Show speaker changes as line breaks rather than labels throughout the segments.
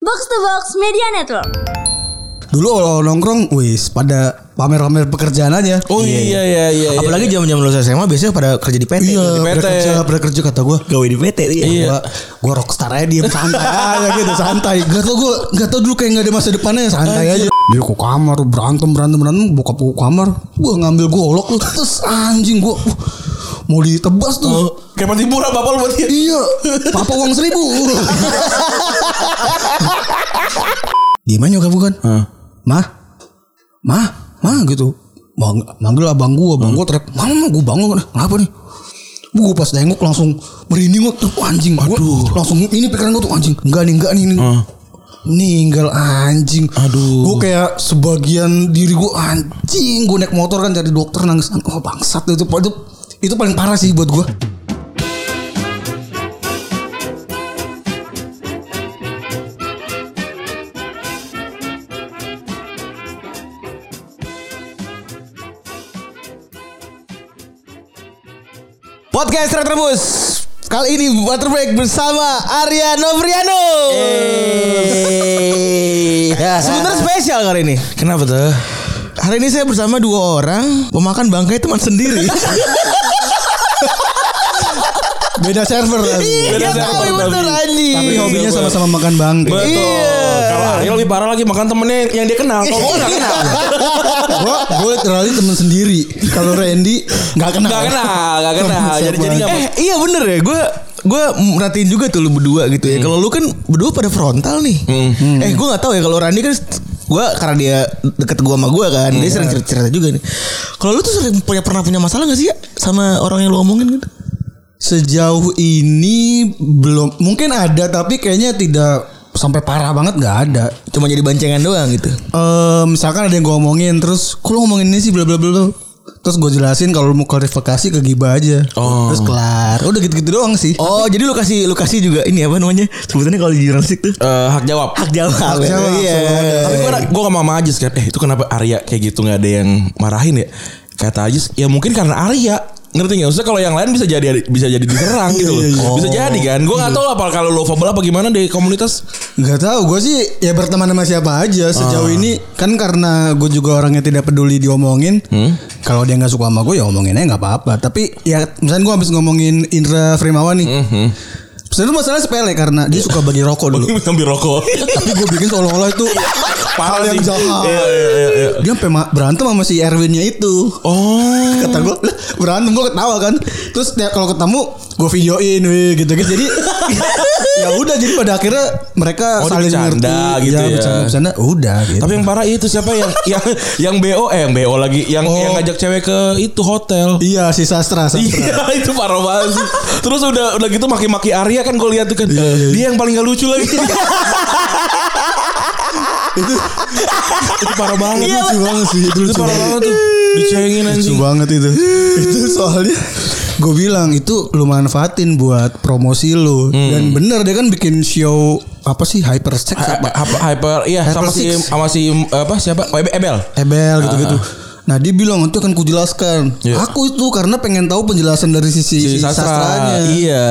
Box to Box Media Network.
Dulu kalau nongkrong, wis pada pamer-pamer pekerjaan aja.
Oh iya iya iya. iya.
Apalagi zaman zaman lulus SMA biasanya pada kerja di PT.
Iya,
di
pada
PT.
kerja, pada kerja kata gue.
Gawe di PT.
Iya.
Gua, gua rockstar aja diem santai aja gitu santai. Gak tau gua, gak tau dulu kayak gak ada masa depannya santai aja. Dia ke kamar berantem berantem berantem buka buku kamar. Gua ngambil golok lu terus anjing gua uh, mau ditebas tuh.
Oh, Kayak mati murah bapak lu buat dia.
Iya, papa uang seribu. Gimana nyokap bukan? Mah, mah, mah gitu. Bang, manggil abang gua, abang gua teriak, mama mah gua bangun, kenapa nih? Gua pas nengok langsung merinding gua, tuh anjing, gua langsung ini pikiran gua tuh anjing, enggak nih, enggak nih, ini. Ninggal anjing
Aduh.
Gue kayak sebagian diri gue anjing Gue naik motor kan dari dokter nangis Oh bangsat itu, itu, itu paling parah sih buat gue
Podcast Retrebus. Kali ini water break bersama Arya Novriano. Sebenarnya spesial kali ini.
Nah. Kenapa tuh?
Hari ini saya bersama dua orang pemakan bangkai teman sendiri.
Beda server
Beda
Iya,
server,
tapi betul
tapi-
anjing.
Tapi
Iya,
hobinya
bener.
sama-sama makan Iya. bangke.
Betul.
Iya.
Kalau Ariel lebih parah lagi makan temennya yang dia kenal. Kalau gua nggak kenal.
Gue gue literally temen sendiri. Kalau Randy nggak kenal.
Nggak kenal, nggak kenal.
Siap
Jadi jadi nggak
Eh iya bener ya Gue gue merhatiin juga tuh lu berdua gitu
Hmm.
ya. Kalau lu kan berdua pada frontal nih. Eh gue nggak tahu ya kalau Randi kan gue karena dia deket gue sama gue kan
Hmm.
dia sering cerita, cerita juga nih. Kalau lu tuh sering punya pernah punya masalah gak sih ya sama orang yang lu omongin gitu?
Sejauh ini belum mungkin ada tapi kayaknya tidak sampai parah banget nggak ada.
Cuma jadi bancengan doang gitu.
Eh, misalkan ada yang gue omongin terus kok lu ngomongin ini sih bla bla bla bla?" terus gue jelasin kalau lu mau klarifikasi ke Giba aja
Oh.
terus kelar udah gitu gitu doang sih
Oh jadi lu kasih lu kasih juga ini apa namanya sebutannya kalau di jurnalistik tuh
Eh, hak jawab.
hak jawab.
Hak jawab,
Iya.
selalu ada.
Tapi gue gue sama sama Ajis kan Eh itu kenapa Arya kayak gitu nggak ada yang marahin ya Kata Ajis Ya mungkin karena Arya Ngerti gak? Maksudnya kalau yang lain bisa jadi bisa jadi diserang gitu loh. Bisa jadi kan. Gue gak tau lah apa- kalau lo fable apa gimana di komunitas.
Gak tahu, gue sih ya berteman sama siapa aja sejauh ini kan karena gue juga orangnya tidak peduli diomongin. Kalau dia nggak suka sama gue ya omongin aja nggak apa-apa. Tapi ya misalnya gue habis ngomongin Indra Frimawan nih. Sebenarnya masalah sepele karena dia suka bagi rokok dulu.
Ngambil rokok.
Tapi gue bikin seolah-olah itu hal yang
sih.
jahat.
Iya, iya, iya, iya.
Dia sampai ma- berantem sama si Erwinnya itu.
Oh.
Kata gue "Lah, berantem gue ketawa kan. Terus tiap kalau ketemu gue videoin weh gitu gitu. Jadi ya udah jadi pada akhirnya mereka
Oh,
saling
bercanda
ngerti. Iya,
gitu ya.
bercanda bercanda udah gitu.
Tapi yang parah itu siapa yang yang yang BO eh yang BO lagi yang
Oh.
yang ngajak cewek ke itu hotel.
iya si sastra sastra.
Iya itu parah banget sih. Terus udah udah gitu maki-maki Arya kan gue lihat tuh
Iya,
kan. Dia yang paling gak lucu lagi.
itu
itu parah banget.
itu lucu banget sih itu
Iya, Itu
lucu
parah
banget.
banget tuh. Dicengin
Lucu
anjing.
banget itu. itu soalnya gue bilang itu lu manfaatin buat promosi lu
Hmm.
dan bener dia kan bikin show apa sih hypersex apa
Apa- apa- hyper iya
Hyper
sama si
Six.
sama si apa siapa Web Ebel
Ebel gitu-gitu. Nah dia bilang itu kan kujelaskan.
Ah, Iya.
Aku itu karena pengen tahu penjelasan dari sisi, sisi
si sastra.
sastranya.
Iya.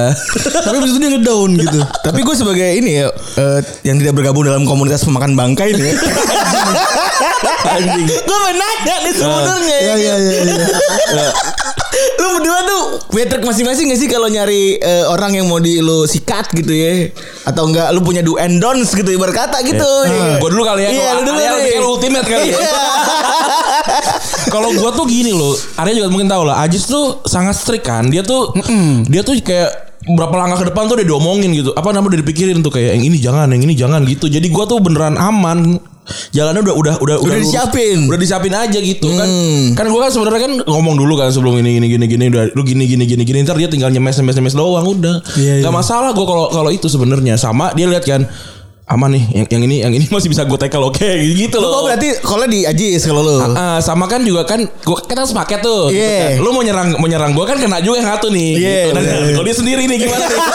Tapi abis itu dia ngedown gitu.
Tapi gue sebagai ini ya eh, yang tidak bergabung dalam komunitas pemakan bangkai ini. ya.
Anjing. Nah,
gue menanya nih sebenarnya.
Iya iya iya. iya.
lu berdua tuh metric masing-masing gak sih kalau nyari eh, orang yang mau di lu sikat gitu ya atau enggak lu punya do and don'ts gitu ibarat kata gitu ya.
Gue dulu kali ya.
Iya,
Kalau
lu dulu
Arya
deh.
lebih kayak ultimate kali ya.
Iya.
Kalau gue tuh gini loh, Arya juga mungkin tahu lah. Ajis tuh sangat strict kan. Dia tuh dia tuh kayak berapa langkah ke depan tuh udah diomongin gitu. Apa namanya udah dipikirin tuh kayak yang ini jangan, yang ini jangan gitu. Jadi gue tuh beneran aman. Jalannya udah udah udah
Udah
lurus.
disiapin. Mm.
Udah disiapin aja gitu kan. Kan gue kan sebenarnya kan ngomong dulu kan sebelum ini gini gini gini udah lu gini gini gini gini ntar dia tinggal nyemes nyemes nyemes doang udah.
Iya, iya.
Gak masalah gue kalau kalau itu sebenarnya sama dia lihat kan aman nih yang, yang ini yang ini masih bisa gue tackle oke gitu
Oh,
loh.
berarti kalau di Ajis kalau lu.
Ah, sama kan juga kan gua kan harus pakai tuh. gitu kan.
Iya.
Lu mau nyerang mau nyerang gua kan kena juga yang satu nih.
Iya,
gitu. Dan
bener.
kalau dia sendiri nih gimana nih? Ah.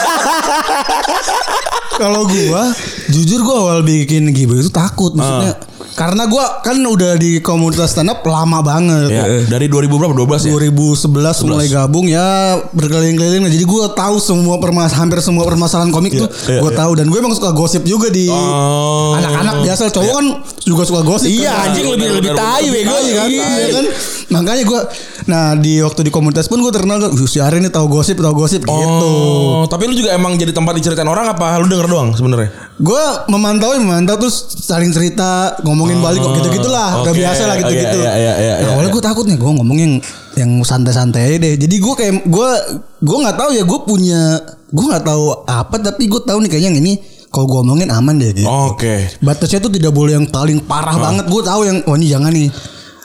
Kalau gua jujur gua awal bikin giveaway itu takut maksudnya. Karena gua kan udah di komunitas stand up lama banget.
Ya, dari 2000 berapa? 12 ya?
2011 mulai gabung ya berkeliling-keliling Nah, jadi gua tahu semua permas hampir semua permasalahan komik tuh
iya,
gua tahu dan gue emang suka gosip juga di
Oh.
anak-anak biasa cowok kan juga suka gosip
Iya
kan.
anjing lebih
bener,
lebih
bener,
tai
bener.
bego
Iya kan? Iya kan? Makanya gue Nah di waktu di komunitas pun gue terkenal Wih si Ari ini tahu gosip tahu gosip gitu
Oh, tapi lu juga emang jadi tempat diceritain orang apa? Lu denger doang sebenarnya.
Gue memantau memantau terus saling cerita Ngomongin balik kok gitu-gitulah Udah
Oh. oke.
biasa lah gitu-gitu
Iya, iya, iya, iya,
Nah awalnya
iya.
gue takut nih Gue ngomong yang yang santai-santai aja deh Jadi gue kayak Gue gua gak tahu ya gue punya Gue gak tahu apa Tapi gue tahu nih kayaknya yang ini Kalau gue ngomongin aman deh gitu
Oke.
Batasnya tuh tidak boleh yang paling
Ah.
parah banget Gue tahu yang Wah ini jangan nih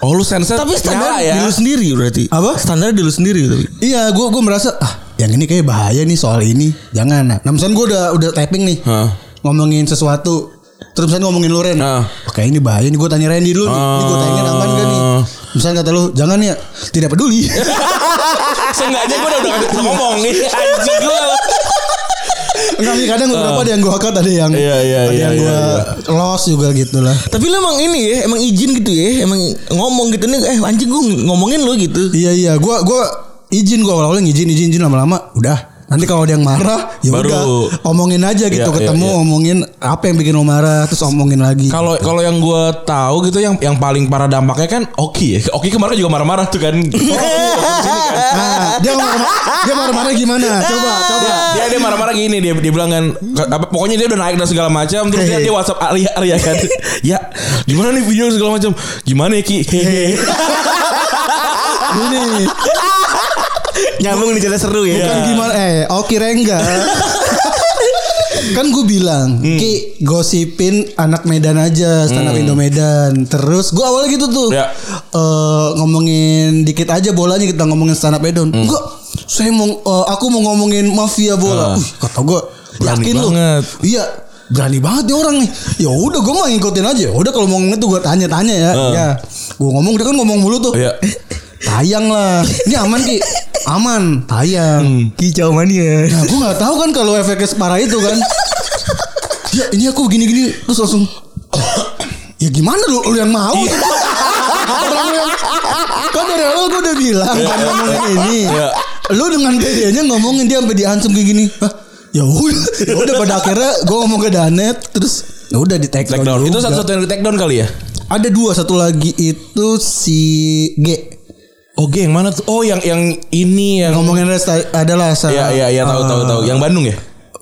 Oh, lu sensor
Tapi standar
nyala ya.
di lu sendiri berarti.
Apa?
Standar di lu sendiri tapi.
Iya, gue gue merasa ah yang ini kayak bahaya nih soal ini, jangan. Nah, nah misalnya gue udah udah typing nih,
Hah.
ngomongin sesuatu, terus misalnya ngomongin lu Ren,
Hah.
"Wah, kayak ini bahaya nih gue tanya Randy dulu nih, ini gue tanya aman gak nih?
Ah.
Misalnya kata lu jangan ya, tidak peduli.
Ah,
Seenggaknya gue udah udah bisa ngomong nih anjing gue.
Enggak nih, kadang beberapa ada yang gue cut, ada yang
Ah. Iya, iya,
ada
iya,
yang
iya,
gue lost juga gitu lah.
Tapi lu emang ini ya, emang izin gitu ya, emang ngomong gitu nih, eh anjing gua ngomongin lu gitu.
Iya iya, gue gue izin gue awalnya izin izin izin lama-lama udah. Nanti kalau ada yang marah, ya
Baru-
udah omongin aja gitu,
Iya, iya,
ketemu
iya.
omongin apa yang bikin lo marah, terus omongin lagi.
Kalau kalau yang gue tahu gitu yang yang paling parah dampaknya kan Oki ya. Oki kemarin juga marah-marah tuh kan.
Nah, dia marah-marah, dia marah-marah gimana? Coba, coba.
dia dia marah-marah gini dia dia bilang kan "Ka- apa pokoknya dia udah naik dan segala macam terus dia dia WhatsApp Arya Arya kan. ya, gimana nih video segala macam? Gimana ya Ki? Hehehe.
Ini
Nyambung nih cerita seru ya.
Iya.
kan gimana? Eh, Oki Rengga. kan gue bilang,
Hmm.
Ki gosipin anak Medan aja, stand up Indo Medan. Terus gue awalnya gitu tuh,
Ya.
Eh, ngomongin dikit aja bolanya kita ngomongin stand up Medan.
Hmm.
Enggak, saya mau, eh, aku mau ngomongin mafia bola.
Ah.
Wih, kata gue,
Berani
yakin lu?
banget.
Iya, berani banget nih orang nih. Ya udah, gue mah ngikutin aja. Ya Udah kalau mau ngomongin tuh gue tanya-tanya ya.
Ah.
Ya, gue ngomong dia kan ngomong mulu tuh.
Iya.
Tayang lah. Ini aman ki, aman. Tayang.
Kicau mania.
Nah, gue Hmm. nggak tahu kan kalau efeknya separah itu kan. Ya ini aku gini-gini terus langsung. ya gimana lu, lu yang mau? Orang lu yang- kan dari awal gue udah bilang kan ngomongin ini.
Iya.
Lu dengan pedenya ngomongin dia sampai diancam kayak gini. Hah? Ya udah, ya udah pada akhirnya gue ngomong ke Danet terus ya udah di take down.
Take down. Itu
juga.
satu-satu yang di take down kali ya?
Ada dua satu lagi itu si G.
Oke, yang mana tuh? Oh, yang yang ini yang
ngomongin resta adalah sa-
Iya iya iya tahu
eh,
tahu
Ah.
tahu. Yang Bandung ya?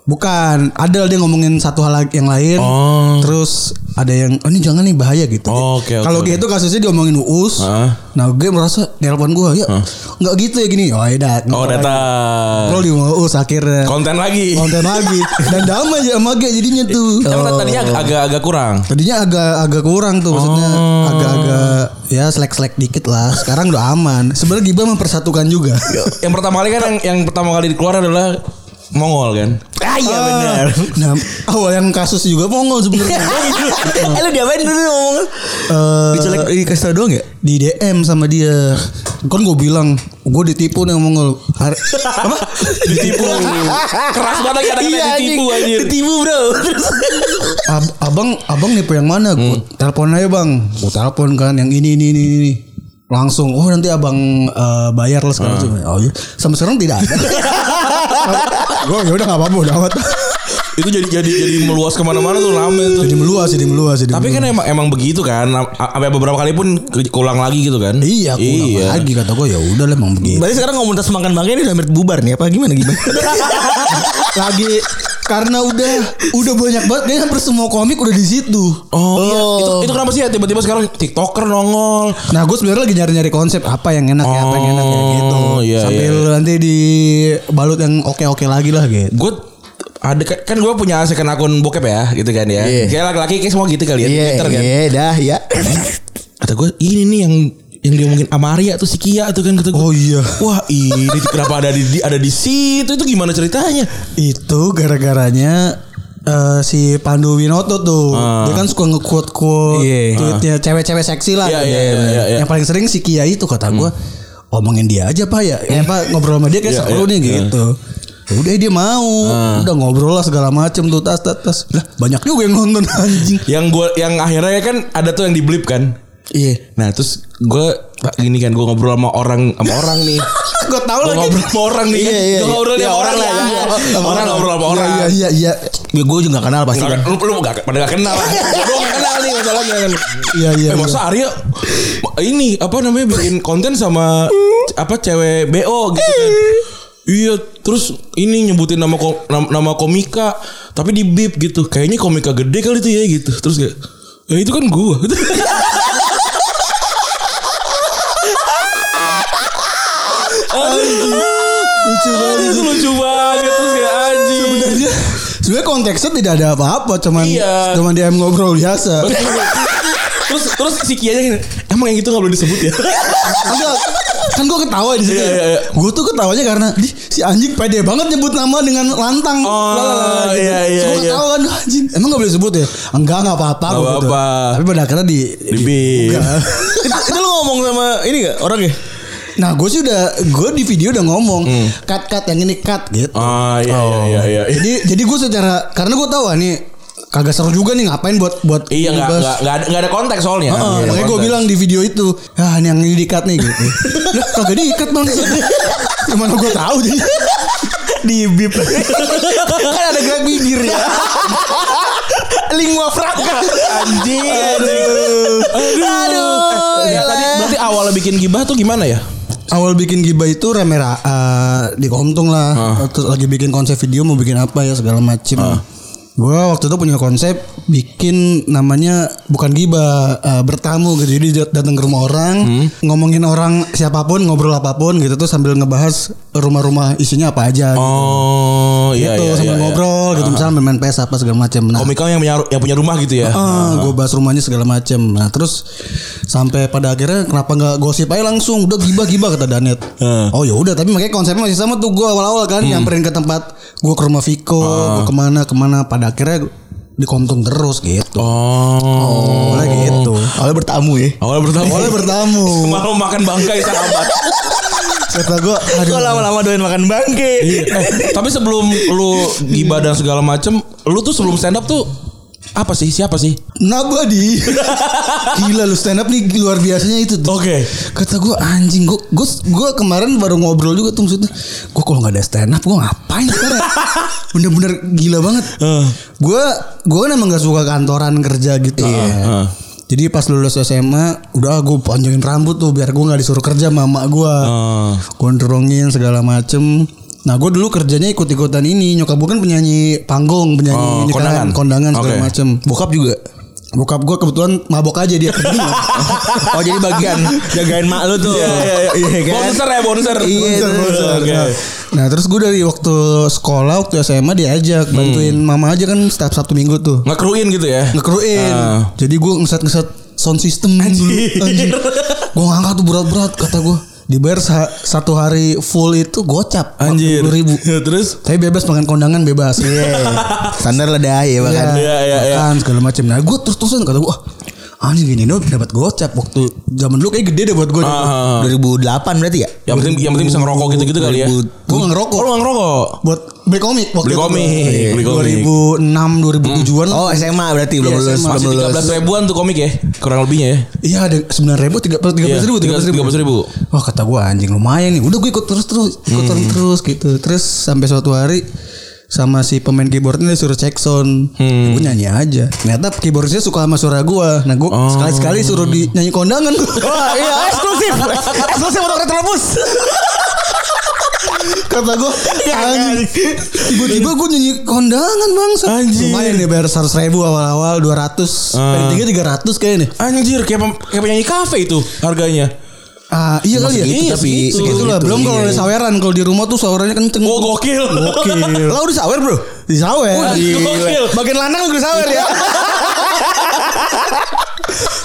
bukan ada dia ngomongin satu hal lagi- yang lain
Oh.
terus ada yang oh ini jangan nih bahaya gitu
Oh, oke, oke,
kalau
oke. Ah.
gitu kasusnya diomongin uus
Heeh.
nah gue merasa nelpon gue ya nggak gitu ya gini oh ya dat-
Ah. Oh, data.
ngobrol di mau uus akhirnya
Konten lagi.
konten lagi dan damai aja sama gue jadinya tuh
Emang tadinya agak- agak agak kurang.
Tadinya agak agak kurang tuh maksudnya
Oh.
agak-agak ya selek-selek dikit lah. Sekarang udah aman. Sebenarnya gibah mempersatukan juga.
Yang pertama kali kan yang yang pertama kali keluar adalah Mongol kan.
Ah iya
Ah,
benar.
Nah, awal yang kasus juga mongol sebenarnya.
Iya.
Eh lu diapain dulu ngomong?
Eh,
Dicolek dikasih tau doang ya?
di DM sama dia. Kan gue bilang, gue ditipu nih sama mongol. Har- apa?
Ditipu. Keras banget lagi ada
Iya,
kena ditipu
anjing.
anjir.
Ditipu bro. Terus
Ab- abang, abang nipu yang mana? Gue
Hmm.
telepon aja bang. Gue telepon kan yang ini ini ini ini. Langsung, oh nanti abang eh, bayar lah
Ah.
sekarang. Oh iya, sampai sekarang tidak ada. gue ya udah nggak apa-apa, udah amat.
Itu jadi jadi jadi meluas kemana mana tuh rame tuh.
jadi meluas, jadi meluas, jadi.
Tapi kan emang emang begitu kan. Sampai beberapa kali pun ke- keulang lagi gitu kan.
Iya, aku ulang
Iya.
lagi kata gue ya udah lah emang begitu.
Berarti sekarang komunitas makan makan ini udah hampir bubar nih apa gimana gimana?
lagi karena udah udah banyak banget kayaknya hampir semua komik udah di situ.
Oh, iya. Itu, itu kenapa sih ya tiba-tiba sekarang TikToker nongol.
Nah, gue sebenarnya lagi nyari-nyari konsep apa yang enak ya, apa yang enak ya gitu.
Oh, iya,
Sampai
iya,
nanti dibalut yang oke-oke lagi lah gitu.
gue ada kan gue punya second akun bokep ya gitu kan ya
Iya.
kayak laki-laki kayak semua gitu
Iya,
kali ya di Twitter kan
dah ya.
kata gue ini nih yang yang diomongin Amaria tuh si Kia tuh kan kata gue
Oh iya.
wah ini tuh kenapa ada di di- ada di situ itu gimana ceritanya
Itu gara-garanya eh, si Pandu Winoto tuh
Ah.
dia kan suka nge-quote quote
Iya.
tweetnya cewek-cewek seksi lah
Iya,
Iya,
iya, iya, iya, iya.
yang paling sering si Kia itu kata gue omongin dia aja pak ya, ya pak ngobrol sama dia kayak
Iya, Ah.
seru
iya,
nih
iya.
gitu Udah dia mau, udah ngobrol lah segala macem tuh tas tas tas. Lah banyak juga yang nonton anjing.
Yang gua yang akhirnya kan ada tuh yang di blip kan.
Iya.
Nah terus gue gini kan gue ngobrol sama orang sama orang nih.
Gue tau
Gue
lagi.
ngobrol sama orang nih.
Iya,
kan.
iya,
Gua
iya.
ngobrol
Iya,
sama orang
orang
lah.
lah, iya.
Orang ngobrol sama orang.
Iya iya iya.
Ya gue juga gak kenal pasti
Nggak-
kan.
Lu, lu gak, pada gak kenal Gue gak kenal nih masalahnya kan
Iya iya.
Eh masa Arya Ini apa namanya bikin konten sama c- Apa cewek BO gitu kan Iya terus ini nyebutin nama ko- nam- nama komika tapi di beep gitu kayaknya komika gede kali itu ya gitu terus kayak ya itu kan gua
Lucu banget.
itu lucu banget terus kayak anjing
Sebenarnya Iya. sebenarnya konteksnya tidak ada apa-apa, cuman
Iya.
cuman DM ngobrol biasa.
terus terus si Kianya gini, emang yang itu gak boleh disebut ya
Enggak, kan gue ketawa di situ.
Iya, iya, iya.
Gue tuh ketawanya karena "Dih, si anjing pede banget nyebut nama dengan lantang.
Oh, iya, iya,
Gue
iya.
gitu. ketawa kan "Duh, anjing. Emang gak boleh sebut ya? Enggak nggak apa-apa. gua
Nggak
gitu.
apa-apa. Iya.
Tapi pada akhirnya di.
di beep
itu, itu lu ngomong sama ini gak orang ya?
Nah gue sih udah gue di video udah ngomong cut cut yang ini cut gitu. Oh,
ah iya Hmm. iya iya iya
Jadi jadi gue secara karena gue tahu ah, nih kagak seru juga nih ngapain buat buat
Iya nggak
ngebahas.
nggak nggak ada nggak ada konteks soalnya.
Heeh,
Nggak ada
Ah, makanya gue
konteks.
bilang di video itu, ah ini yang ini diikat nih gitu. Lah kagak diikat bang. Gimana gue tahu jadi di bip. kan ada gerak bibir ya.
Lingua franca.
anjing. Aduh. Aduh. Eh, tadi berarti awal bikin gibah tuh gimana ya?
Awal bikin gibah itu remera eh, di Komtung lah.
Ah.
Terus lagi bikin konsep video mau bikin apa ya segala macem. Gue waktu itu punya konsep bikin namanya bukan gibah eh, bertamu gitu. Jadi dat- datang ke rumah orang,
Hmm.
ngomongin orang siapapun, ngobrol apapun gitu tuh sambil ngebahas rumah-rumah isinya apa aja. gitu.
Oh iya
gitu
iya.
sambil
iya, Oh,
ngobrol gitu misalnya main PS apa segala macam nah
Komikal yang punya yang punya rumah gitu ya.
gue Ah, bahas rumahnya segala macam nah terus sampai pada akhirnya kenapa nggak gosip aja langsung udah gibah gibah kata Danet
Heeh.
oh ya udah tapi makanya konsepnya masih sama tuh gue awal-awal kan nyamperin ke tempat gue ke rumah Viko gue kemana kemana pada akhirnya di Komtung terus gitu
Oh.
Awalnya gitu
Awalnya bertamu ya.
Awalnya bertamu.
Awalnya bertamu
Malam makan bangkai sahabat.
Kata gue
Gue
Aduh
lama-lama doain makan bangke.
Eh, tapi sebelum lu gibah dan segala macem, lu tuh sebelum stand up tuh apa sih? Siapa sih?
Nobody Gila lu stand up nih luar biasanya itu tuh
Oke.
kata gue anjing gue gue gue kemarin baru ngobrol juga tuh maksudnya gue kalau nggak ada stand up gue ngapain sekarang ya? bener-bener gila banget gue gue kan emang gak suka kantoran kerja gitu
Iya, heeh.
jadi pas lulus SMA udah gue panjangin rambut tuh biar gue nggak disuruh kerja mama gue
Heeh.
gondrongin segala macem nah gue dulu kerjanya ikut-ikutan ini nyokap gue kan penyanyi panggung penyanyi
Oh,
nikahan,
kondangan.
kondangan segala
Oke.
macem bokap juga bokap gue kebetulan mabok aja dia
Oh jadi bagian jagain mak lu tuh. Iya iya iya. kan?
Bonser ya, bonser.
Iya,
Bonser,
terus.
bonser. Oke.
Nah, Nah, terus gue dari waktu sekolah waktu SMA diajak bantuin mama aja kan setiap Sabtu Minggu tuh
Ngekruin gitu ya.
ngekruin.
Ah.
Jadi gue ngeset-ngeset sound system dulu. Anjir. Gue ngangkat tuh berat-berat kata gue. Dibayar sa- satu hari full itu gocap
Anjir. Iya.
ribu.
Terus
Tapi bebas makan kondangan bebas.
Standar lah dah ya bahkan.
Iya, iya, iya.
Makan segala macam. Nah, gue terus terusan kata gue, wah anjing gini dong dapat gocap waktu zaman dulu kayak gede deh buat gue.
Ah.
2008 berarti ya?
Yang penting yang penting bisa ngerokok gitu-gitu kali ya.
Gue nggak ngerokok.
Oh, lu nggak ngerokok.
buat beli komik waktu
Beli
itu.
komik,
Iya,
beli komik.
2006 2007-an lah.
Oh SMA berarti belum
Iya,
lulus,
SMA.
belum
Masih
lulus.
13 ribuan tuh komik ya. Kurang lebihnya ya.
Iya ada 9 ribu 13 ribu 13 ribu.
13 Iya, ribu.
Wah kata gue anjing lumayan nih. Udah gue ikut terus terus ikutan terus gitu. Terus sampai suatu hari sama si pemain keyboardnya disuruh cek sound. Gue nyanyi aja. Ternyata keyboardnya suka sama suara gue. Nah gue sekali sekali suruh di nyanyi kondangan. Wah iya eksklusif. eksklusif untuk Retrobus. kata gue anjing tiba-tiba gue nyanyi kondangan bang
Anjing.
lumayan deh bayar 100 ribu awal-awal 200 paling tinggi 300 kayaknya deh
Anjir, kayak pem- kayak penyanyi kafe itu harganya.
Ah, iya kali ya.
segitu,
Iya,
tapi
segitu.
segitu,
Segitulah.
gitu.
Belum kalau
Iya,
ada
iya.
saweran, kalau di rumah tuh sawerannya kenceng.
Oh, gokil.
Gokil.
Lah udah sawer bro?
Di sawer.
Oh,
Wah,
iya.
gokil.
Bagian lanang juga sawer ya.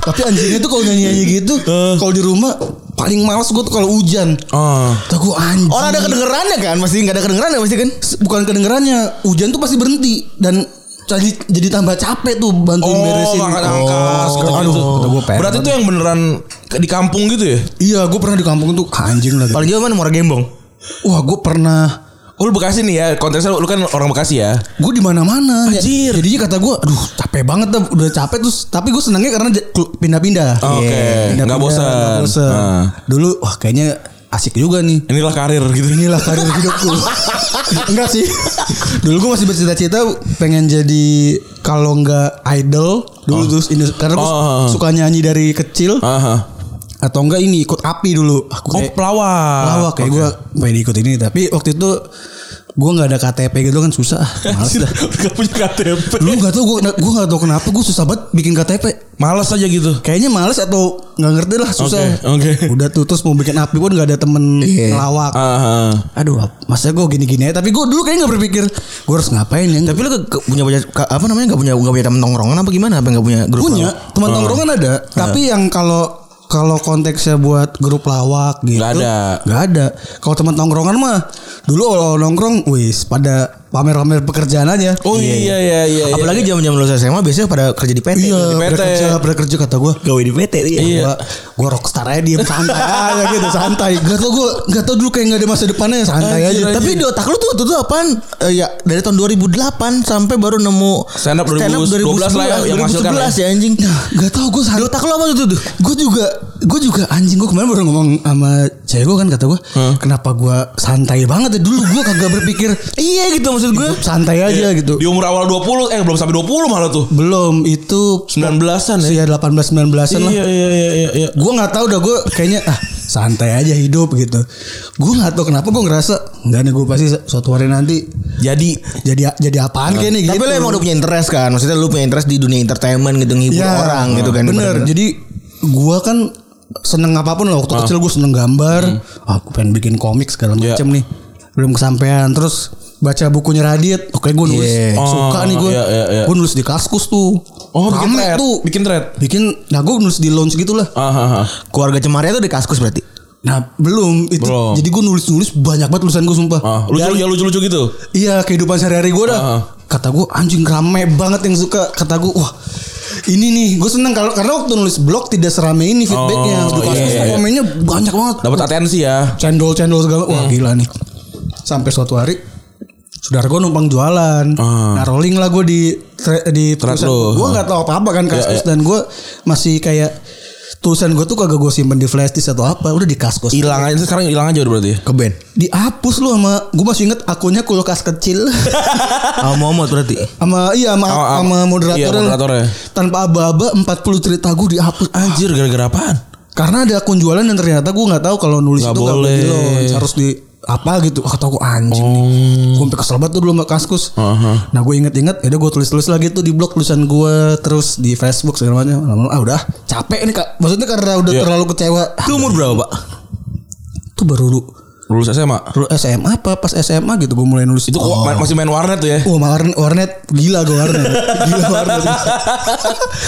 Tapi anjingnya tuh kalau
Eh.
nyanyi-nyanyi gitu, kalau di rumah paling males gue tuh kalau hujan.
Ah.
Tuh gue anjing.
Orang ada kedengerannya kan? Masih nggak ada kedengerannya masih kan?
bukan kedengerannya, hujan tuh pasti berhenti dan jadi jadi tambah capek tuh bantuin
Oh,
beresin.
Oh, angkas
Oh,
gitu.
aduh, kata gua pengen
Berarti itu yang beneran ke- di kampung gitu ya?
Iya, gue pernah di kampung tuh anjing lagi.
Paling jauh mana Muara Gembong?
Wah gue pernah
Oh, lu Bekasi nih ya, konteksnya lu, lu kan orang Bekasi ya.
Gue di mana-mana. ya.
Anjir.
Jadinya kata gue, aduh capek banget dah, udah capek terus. Tapi gue senangnya karena j- kelu- pindah-pindah. Iya,
Oh, oke.
Pindah-pindah,
Nggak bosan.
nggak bosan.
Ah.
Dulu wah kayaknya asik juga nih.
Inilah karir gitu.
Inilah karir hidupku. Enggak sih. Dulu gue masih bercita-cita pengen jadi kalau nggak idol dulu terus ini karena gue
Oh.
suka nyanyi dari kecil
Aha.
atau enggak ini ikut api dulu. Aku
Oh,
kayak-
pelawak.
lawak kayak gue pengen ikut ini tapi waktu itu gue nggak ada KTP gitu kan susah ah, males dah
Gak punya KTP.
lu nggak tau gue gue nggak tau kenapa gue susah banget bikin KTP
Males aja gitu.
kayaknya males atau nggak ngerti lah susah
Oke, Iya. oke.
udah tuh terus mau bikin api pun nggak ada temen ngelawak
Ah. Aha.
aduh ap- masa gue gini-gini aja tapi gue dulu kayaknya nggak berpikir gue harus ngapain ya?" yang
Tapi lu ke- ke- punya punya ke- apa namanya nggak punya nggak punya temen tongkrongan apa gimana apa nggak punya grup?
punya
lawak?
teman
Ah.
tongkrongan ada tapi yang kalau kalau konteksnya buat grup lawak gitu
Nggak ada.
nggak ada kalau teman tongkrongan mah dulu kalau nongkrong wis pada pamer-pamer pekerjaan aja
Oh iya iya iya. iya.
Apalagi zaman zaman lulus SMA biasanya pada kerja di PT.
iya
di PT.
pada kerja pada kerja kata gue
Gawe di PT.
Iya.
Gua, gua rockstar aja diem santai aja gitu santai. Gak tau gua gak tau dulu kayak gak ada masa depannya santai aja.
Anjir,
Tapi
Iya, Tapi di otak lu tuh waktu itu apaan? Eh, ya dari tahun 2008 sampai baru nemu
Stand up 2012 lah ya, yang
2011
menghasilkan ya.
ya anjing.
gak tau Nah, gua
Di
santai.
otak lu apa tuh tuh?
Gue juga Gue juga anjing Gue kemarin baru ngomong sama cewek gue kan Kata gue Kenapa gue santai banget ya Dulu gue kagak berpikir
Iya gitu maksud gue.
Hidup santai aja gitu
Di umur awal 20 eh belum sampai 20 malah tuh.
Belum itu
19-an
Usia
ya.
18-19an lah
Iya iya iya iya. iya.
gue nggak tahu dah gue kayaknya ah santai aja hidup gitu gue nggak tahu kenapa gue ngerasa nggak nih gue pasti suatu hari nanti
Jadi
jadi jadi apaan kayaknya gitu
Tapi lu emang udah punya interest kan? Maksudnya lu punya interest di dunia entertainment gitu ngibur
Ya,
orang gitu kan.
bener
Bener-bener.
jadi gue kan seneng apapun lah
Ah.
waktu kecil gue seneng gambar
Hmm.
Ah, aku pengen bikin komik segala
Iya.
macam nih belum kesampaian terus baca bukunya Radit oke gue nulis Eh,
Iya.
suka
Oh,
nih gue
iya, iya, iya.
gue nulis di kaskus tuh
Oh, bikin
Rame
thread.
tuh
Bikin thread.
bikin nah gue nulis di lounge gitulah
Aha.
Keluarga Cemaria tuh di kaskus berarti.
Nah belum itu.
Belum.
Jadi gue nulis nulis banyak banget tulisan gue sumpah.
Ah, lucu,
Dan-
ya, lucu lucu gitu.
Iya kehidupan sehari-hari gue dah.
Ah.
Kata gue anjing rame banget yang suka. Kata gue wah ini nih gue seneng kalau karena waktu nulis blog tidak serame ini feedbacknya.
Oh,
Di kasus
iya, iya.
komennya banyak banget.
Dapat atensi ya.
Cendol-cendol segala.
Iya.
Wah gila nih. Sampai suatu hari saudara gue numpang jualan.
Ah.
Nah rolling lah gue di tre- di
Thread
tulisan.
lu.
Gue nggak tahu apa-apa kan kaskus
iya.
dan gue masih kayak tulisan gue tuh kagak gue simpen di flash disk atau apa udah di kaskus
Hilang aja sekarang hilang aja udah berarti. ya?
Ke band.
dihapus lu sama gue masih inget akunnya kulkas kecil
Ah,
Sama Momot berarti.
sama iya sama,
Sama-
sama
iya,
moderatornya
moderatornya.
tanpa aba-aba 40 cerita gue dihapus
Anjir gara-gara apaan?
karena ada akun jualan dan ternyata gue nggak tahu kalau nulis
Nggak
itu nggak
boleh. Oh.
boleh launch, harus di apa gitu ah, kata gue anjing nih gue sampai kesel banget tuh dulu sama kaskus
Aha.
nah gue inget-inget ya gue tulis-tulis lagi tuh di blog tulisan gue terus di Facebook segala macam Lama-lama, ah udah capek nih kak maksudnya karena udah
Iya.
terlalu kecewa Ah,
Itu umur berapa pak?
tuh baru lu
Lulus SMA.
lu SMA apa pas SMA gitu gue mulai nulis
Itu kok ma- masih main warnet tuh ya.
Wah, sama warnet, warnet gila gue warnet. gila warnet.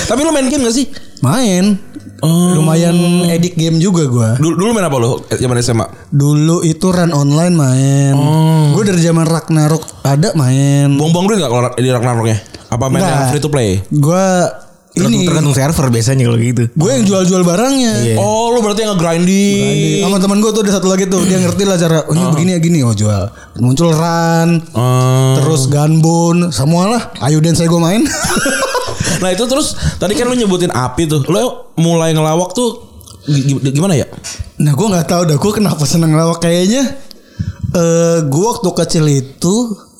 Tapi lu main game gak sih?
Main. Lumayan edik game juga gua.
Dulu, dulu main apa lu eh, zaman SMA?
Dulu itu run online main. Gue dari zaman Ragnarok ada main.
Buang-buang duit gak kalau ra- di Ragnaroknya? Apa main
Nggak.
yang free to play?
Gua
Tergantung,
ini
tergantung server biasanya kalau gitu.
gue yang jual-jual barangnya.
Oh lu berarti yang nge-grinding.
Sama teman gue tuh ada satu lagi tuh dia ngerti lah cara oh, ini begini ya gini oh jual muncul run
Ah.
terus gunbone semualah ayo dan saya gue main
Nah itu terus tadi kan lu nyebutin api tuh. Lu mulai ngelawak tuh gi- gi- gimana ya?
Nah gue nggak tahu dah gue kenapa seneng lawak kayaknya. eh gue waktu kecil itu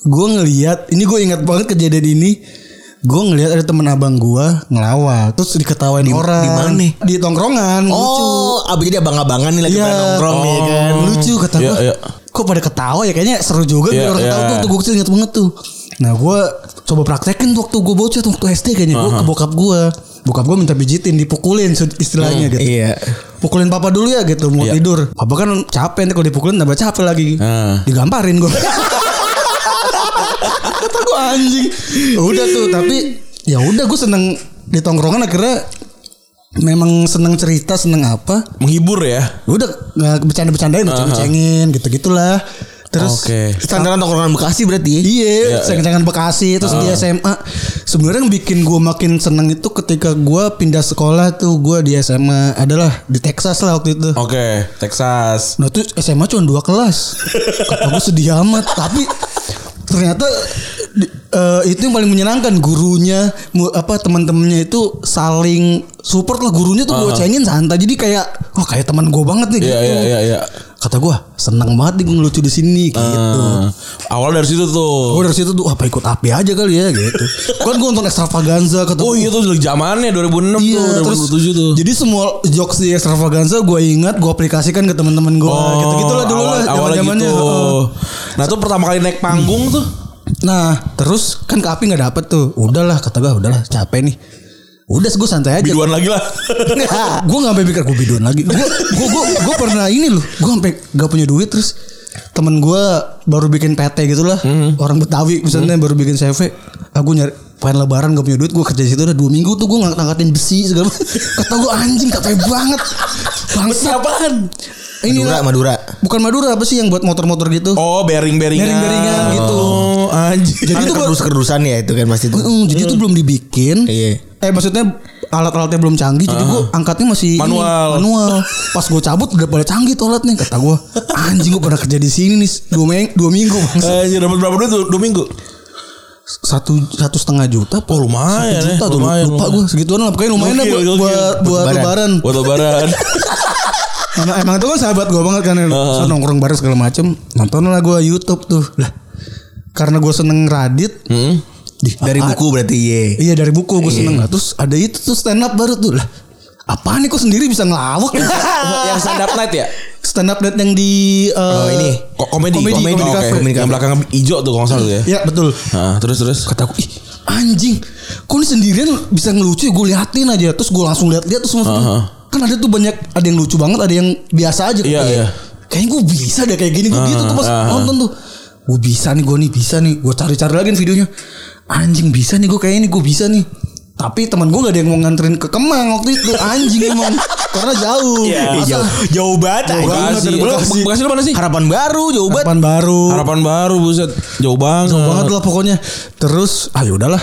gue ngeliat ini gue ingat banget kejadian ini. Gue ngeliat ada temen abang gue ngelawak terus diketawain orang.
di mana nih?
Di tongkrongan.
Oh, apa jadi abang-abangan nih lagi
Iya.
pada nongkrong ya kan?
lucu. Lucu kata
Iya,
gue.
iya.
Kok pada ketawa ya kayaknya seru juga biar
Iya,
orang
iya.
ketawa gue waktu gue kecil ingat banget tuh. Nah gue coba praktekin tuh waktu gue bocah tuh waktu SD kayaknya gue ke bokap gue. Bokap gue minta pijitin dipukulin istilahnya gitu
Iya.
pukulin papa dulu ya gitu mau
Iya.
tidur papa kan capek nanti kalau dipukulin tambah capek lagi
Ah.
digamparin gue kata gue anjing udah tuh tapi ya udah gue seneng di tongkrongan akhirnya memang seneng cerita seneng apa
Menghibur ya?
udah nggak bercanda bercandain bercanda cengin gitu gitulah
Terus
Oke.
standar tongkrongan Bekasi berarti ya.
Iya,
Iya,
saingan Bekasi terus di SMA. Sebenarnya yang bikin gue makin seneng itu ketika gue pindah sekolah tuh gue di SMA adalah di Texas lah waktu itu.
Oke, Texas.
Nah tuh SMA cuma dua kelas. Kata gue sedih amat. Tapi ternyata di- eh, itu yang paling menyenangkan gurunya mu- apa teman-temannya itu saling support lah gurunya tuh gue cengin santai jadi kayak wah kayak teman gue banget nih
Ah. Iya
gitu
iya iya iya.
kata gue seneng banget nih gue ngelucu di sini gitu
Eh, Awal dari situ
Gue
tuh.
dari situ tuh apa ikut api aja kali ya gitu. kan gue nonton extravaganza kata
Oh
gua,
iya tuh zamannya 2006
Iya, terus
tuh 2007 tuh.
Jadi semua jokes di extravaganza gue ingat gue aplikasikan ke teman-teman gue gitu gitulah dulu
awal,
lah
awalnya
zaman-zamannya,
Oh, gitu.
heeh.
Nah tuh pertama kali naik panggung tuh
Nah terus kan ke api nggak dapet tuh. Udahlah kata gue udahlah capek nih. Udah gue santai aja.
biduan lagi lah.
gue gak sampai pikir gue biduan lagi. Gue gue gue gue pernah ini loh. Gue sampai gak punya duit terus temen gue baru bikin PT gitu lah.
Mm-hmm.
Orang Betawi misalnya baru bikin CV. Aku nyari pengen lebaran gak punya duit gue kerja di situ udah dua minggu tuh gue ngangkat ngangkatin besi segala macam. kata gue anjing capek banget bangsa apaan ini
Madura,
lah.
Madura.
bukan Madura apa sih yang buat motor-motor gitu
Oh bering-beringan.
Bering-beringan gitu.
Oh, anjir.
Jadi
Jadi
itu gua-
kerdus-kerdusan ya itu kan pasti itu.
Mm, jadi itu belum dibikin
Iya.
Eh maksudnya alat-alatnya belum canggih jadi gue angkatnya masih ini,
Ah. Manual.
manual. Pas gue cabut udah pada canggih tuh alatnya kata gue. Anjing gue pernah kerja di sini nih dua, ming- dua minggu bangsa.
Anjir Eh, iya, dapat berapa duit tuh? Dua minggu.
satu satu setengah juta.
Oh lumayan
Satu juta
ya,
tuh
lumayan,
lupa gue
lumayan.
segituan lah pokoknya lumayan lah
Gokil,
buat
gokil.
buat, buat
Lebaran.
lebaran.
Buat lebaran.
Emang, emang itu kan sahabat gue banget kan so, nongkrong bareng segala macem nonton lah gue YouTube tuh lah karena gue seneng Radit
Hmm?
Dih,
Dari
apaan?
buku berarti ye.
Iya dari buku gue seneng lah. Terus ada itu tuh stand up baru tuh lah. Apaan nih kok sendiri bisa ngelawak?
Yang stand up night ya?
stand up net yang di eh,
Oh, ini.
Ko- komedi,
Komedi,
komedi,
komedi
oke.
cafe.
Komedi Yang belakang hijau tuh kalau nggak salah tuh ya.
Ya betul.
Nah, terus terus.
Kata aku ih anjing. Kok ini sendirian bisa ngelucu gue liatin aja. Terus gue langsung liat-liat terus maksudnya.
Aha.
Kan ada tuh banyak ada yang lucu banget ada yang biasa aja.
Iya, iya.
Kayaknya gue bisa deh kayak gini gue gitu tuh pas
ah, ah.
nonton tuh. Gue bisa nih gue nih bisa nih. Gue cari-cari lagi nih videonya. Anjing bisa nih gue kayaknya nih gue bisa nih. Tapi teman gue gak ada yang mau nganterin ke Kemang waktu itu anjing emang karena jauh.
Iya,
Masa
jauh, jauh banget.
Jauh
anjing.
banget
Bekasi.
dari
Lu
Bekasi.
Bekasi lu mana sih?
Harapan baru, jauh banget.
Harapan baru.
Harapan baru buset. Jauh banget.
Jauh banget lah pokoknya. Terus ah udahlah.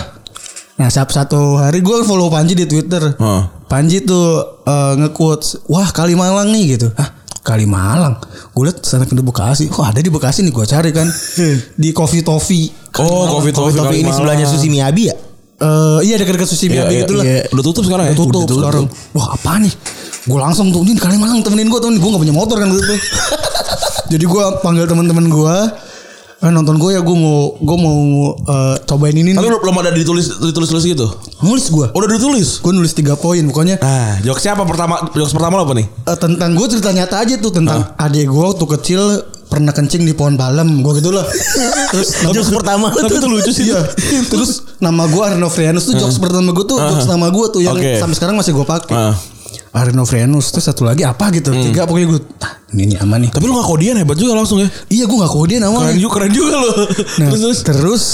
Nah sab- satu hari gue follow Panji di Twitter.
Heeh.
Panji tuh eh, nge-quotes, wah Kalimalang nih gitu. Hah Kalimalang. Gue liat sana pintu Bekasi. Kok ada di Bekasi nih gue cari kan. di Coffee Toffee.
Oh, Covid Covid
Tapi ini sebelahnya Susi Miyabi ya?
Eh, iya dekat-dekat Susi Biar
Iya, iya,
gitu lah.
iya. Udah tutup sekarang ya?
Udah tutup
Udah tutup.
sekarang. Wah apa nih? Gue langsung tuh ini Kalimalang temenin gue temenin gue gak punya motor kan waktu itu. Jadi gue panggil teman-teman gue. Eh, nonton gue ya gue mau gue mau eh, cobain ini.
Tapi
nih.
belum belum ada ditulis ditulis tulis gitu.
Nulis gue.
Oh, udah ditulis.
Gue nulis tiga poin pokoknya
Nah, jokesnya apa pertama? Jokes pertama lo apa nih?
eh, tentang gue cerita nyata aja tuh tentang adik gue waktu kecil pernah kencing di pohon palem gue gitu loh. Terus
Jokes pertama lu
itu lucu sih. Iya. Terus nama gue Arno Frianus tuh jokes pertama gue tuh jokes nama gue tuh yang
Oke.
sampai sekarang masih gue pakai.
Ah.
Arno Frianus terus satu lagi apa gitu.
Hmm.
Tiga pokoknya gue ah, ini nih aman nih.
Tapi lu gak kodian hebat juga langsung ya.
Iya gue gak kodein
Keren
awalnya.
juga, keren juga lo.
Nah,
Terus terus.
terus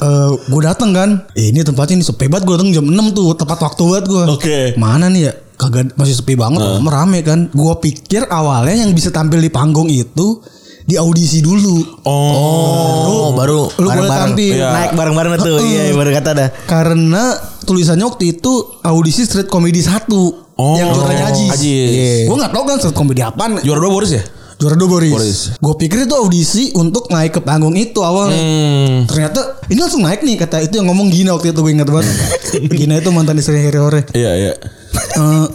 eh, gue datang kan. Eh, ini tempatnya ini sepi banget gue datang jam 6 tuh tepat waktu banget gue.
Oke. Nah.
Mana nih ya? Kagak masih sepi banget, uh. rame kan. Gue pikir awalnya yang bisa tampil di panggung itu di audisi dulu.
Oh, baru
Lu boleh
bareng-bareng.
tampil.
Iya. Naik bareng-bareng tuh. Iya, iya, baru kata dah.
Karena tulisannya waktu itu audisi street comedy 1
Oh.
yang juaranya Ajis.
Ajis.
Gue gak tau kan street comedy apaan.
Juara dua Boris ya?
Juara dua Boris.
Boris.
Gue pikir itu audisi untuk naik ke panggung itu awalnya.
Hmm.
Ternyata ini langsung naik nih kata itu yang ngomong Gina waktu itu gue ingat banget. Gina itu mantan istri Heri Ore.
Iya, iya.
Eh,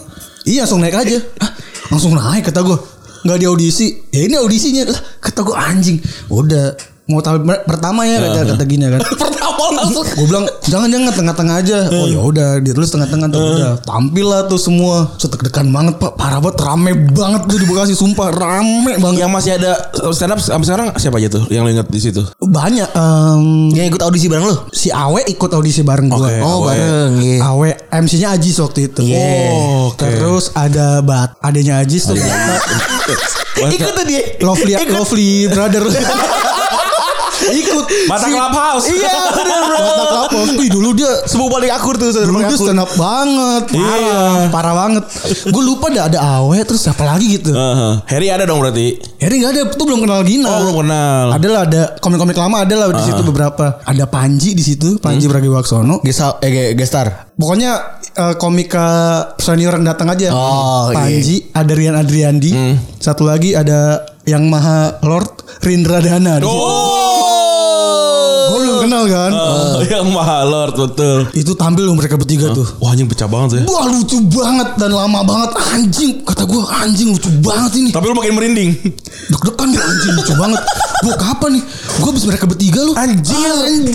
iya langsung naik aja. Hah, langsung naik kata gue. Nggak di audisi. Ya ini audisinya lah kata gue anjing. Udah mau tampil per- pertama ya kata kata Gina kan.
Pertama langsung.
gue bilang jangan jangan tengah-tengah aja. Oh ya udah dia tulis tengah-tengah tuh udah tampil lah tuh semua. Cetek dekan banget pak. Parah banget rame banget tuh di Bekasi sumpah rame banget.
Yang masih ada stand up sampai sekarang siapa aja tuh yang lo ingat di situ?
banyak em,
Yang ikut audisi bareng lu?
si Awe ikut audisi bareng gue.
Oke, Oh, Awe.
bareng, iya.
Awe MC-nya Ajis waktu itu.
Oh, oke.
Terus ada Bat, adanya Ajis tuh.
Oh, iya. Ikut tuh dia.
lovely, lovely brother.
ikut
Mata
Si-
Clubhouse.
iya bener bro
Mata Clubhouse. Ih, dulu dia
semua balik akur tuh saudara
dulu
balik
dia
akur.
stand up banget. Parah,
Iya.
parah banget. Gue lupa dah ada Awe terus apa lagi gitu.
Heeh. Harry ada dong berarti.
Harry nggak ada, tuh belum kenal Gina.
Oh, belum kenal.
Ada lah, ada komik-komik lama ada lah di situ beberapa. Ada Panji di situ,
Hmm.
Panji Pragiwaksono.
Gesa, eh, ge- gestar
Pokoknya eh, komika senior yang datang aja.
Oh, iya. Hmm.
Panji, ada Rian Adriandi. Satu lagi ada yang Maha Lord Rindra Dana. di situ.
Oh.
Gua belum kenal kan.
Ah.
Oh, yang mahal Lord betul.
Itu tampil loh mereka bertiga tuh.
Wah anjing pecah banget ya.
Wah lucu banget dan lama banget anjing kata gua anjing lucu banget ini
Tapi lu makin merinding.
deg-degan gua anjing lucu banget gua kapan nih gua abis mereka bertiga lu anjing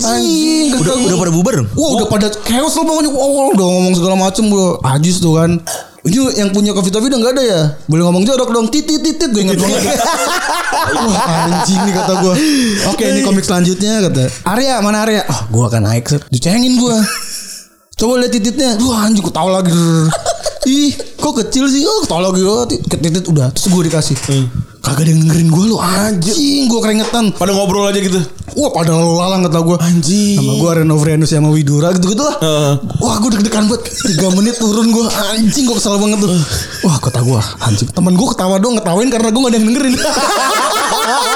anjing kata
udah
gua.
udah pada bubar
Wah udah pada chaos lo pokoknya Wah wah, udah ngomong segala macem bro Ajis tuh kan Ini yang punya covid covid udah gak ada ya Boleh ngomong jorok dong Titit titit Gue ingat banget Wah anjing nih kata gue Oke ini komik selanjutnya kata Arya mana Arya Ah gue akan naik set Dicengin gue Coba lihat tititnya Wah anjing gue tau lagi Rrr. Ih kok kecil sih Oh tau lagi oh, tit- Titit udah Terus gue dikasih Kagak ada yang dengerin gue lo Anjing gue keringetan
Pada ngobrol aja gitu.
Wah pada lalu lalang kata gue
Anjing.
Nama gue Reno Vrianus sama Widura gitu-gitu lah
Heeh.
Wah gue deg-degan banget 3 menit turun gue Anjing gue kesel banget tuh Wah kata gue Anjing temen gue ketawa doang Ngetawain karena gue gak ada yang dengerin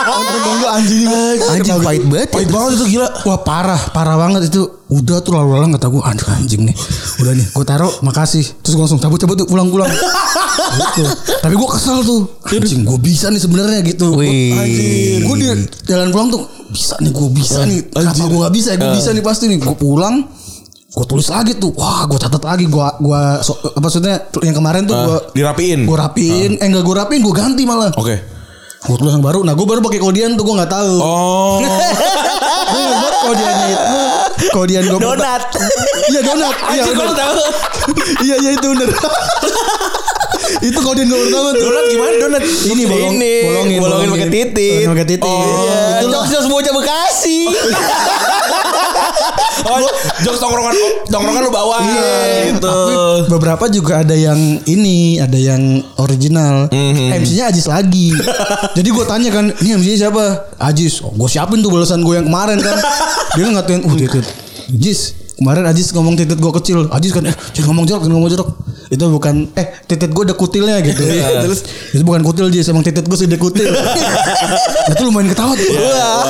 Untung gue anjing
Anjing, pahit banget ya.
Pahit banget itu
Eh,
gila Wah parah Parah banget itu Udah tuh lalu lalang kata gue Anjing anjing nih Udah nih gue taruh makasih Terus gue langsung cabut-cabut tuh pulang-pulang gitu. Tapi gue kesel tuh Anjing gue bisa nih sebenarnya gitu Gua-
Wih.
Anjing Gue di jalan pulang tuh Bisa nih gue bisa nih Kenapa gue gak bisa Gue bisa nih pasti nih Gue pulang Gue tulis lagi tuh Wah gue catat lagi Gue gua, so, apa maksudnya Yang kemarin
Ah,
tuh gue
Dirapiin.
Gue rapiin Eh enggak gue rapiin Gue ganti malah
Oke.
Gue tulis yang baru Nah gue baru pakai kodian tuh Gue gak tahu
Oh.
Gue buat kodian itu Kodian gue
donat
Iya donat Iya
Anjing
bener.
gue tahu.
Iya iya itu bener Itu kodian gue pertama tuh
Donat gimana donat?
ini bolong,
Ini,
bolongin,
bolongin pakai titik.
bolongin pakai titik.
Oh.
Iya,
Iya,
itulah.
jokes bocah Bekasi.
Oh, jokes tongkrongan oh, tongkrongan lu bawa gitu.
Iya, Tapi beberapa juga ada yang ini, ada yang original.
Mhm.
MC-nya Ajis lagi. Jadi gue tanya kan, ini MC-nya siapa? Ajis. Oh, gue siapin tuh balasan gue yang kemarin kan. Dia ngatain, uh titit. Ajis. Kemarin Ajis ngomong titit gue kecil. Ajis kan, eh jangan ngomong jorok, jangan ngomong jorok. Itu bukan, eh titit gue ada kutilnya gitu.
Iya.
Terus itu bukan kutil Jis, emang titit gue sudah kutil. Nah, itu lumayan ketawa tuh.
Wah,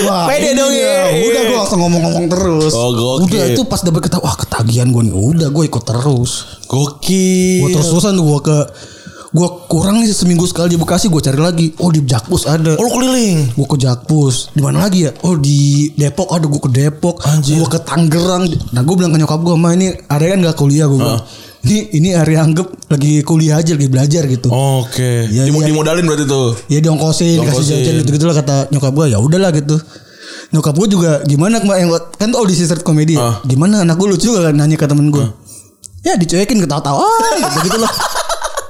Wah,
Iya. pede
ini
dong
dia.
ya.
Udah gue langsung ngomong-ngomong terus.
Oh, gokil.
Udah itu pas dapet ketawa, wah ketagihan gue nih. Udah gue ikut terus.
Gokil.
Gue terus-terusan tuh gue ke gue kurang nih seminggu sekali di Bekasi gue cari lagi. Oh di Jakpus ada.
Oh, lu keliling.
Gue ke Jakpus. Di mana lagi ya? Oh di Depok. Aduh gue ke Depok.
Anjir.
Gue ke Tangerang. Nah gue bilang ke nyokap gue, ma ini area kan gak kuliah gue. bilang. Ini ini area anggap lagi kuliah aja, lagi belajar gitu.
Oke.
Iya,
Dim-
iya.
Dimodalin berarti tuh.
Ya diongkosin, dikasih
Diongkosin.
jajan gitu-gitu lah kata nyokap gue. Ya udahlah gitu. Nyokap gue juga gimana kemarin kan tuh audisi stand komedi ya.
Ah.
Gimana anak gue lucu gak nanya ke temen
Ah.
gue. Ya dicuekin ketawa-tawa gitu, gitu lah.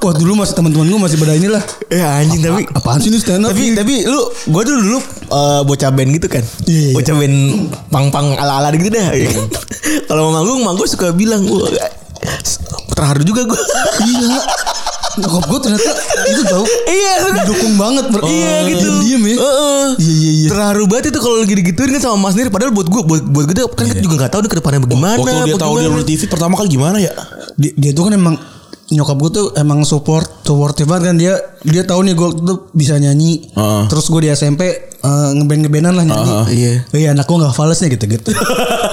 Wah dulu masih teman-teman gue masih pada inilah.
Ya anjing tapi
Apaan sih ini stand up?
tapi tapi lu gua dulu dulu eh, bocah band gitu kan.
Iya, iya.
Bocah band pang-pang ala-ala gitu dah. ya kan? Kalau mau manggung, manggung suka bilang gua s- terharu juga gua.
Iya. Nyokap gue ternyata itu tau
iya, suka.
mendukung banget bro.
Iya gitu.
Diem ya.
Heeh.
Iya iya iya.
Terharu banget itu kalau lagi digituin kan sama Mas Nir padahal buat gua buat buat gua kan kita juga nggak tahu dia ke depannya
Iya.
bagaimana.
Waktu dia tahu dia di TV pertama kali gimana ya?
dia, dia tuh kan emang nyokap gue tuh emang support supportive banget kan dia dia tahu nih gue tuh bisa nyanyi
Heeh.
terus gue di SMP eh, ngeband ngebandan lah nyanyi
Heeh.
Iya.
iya anak gue nggak fales nih gitu gitu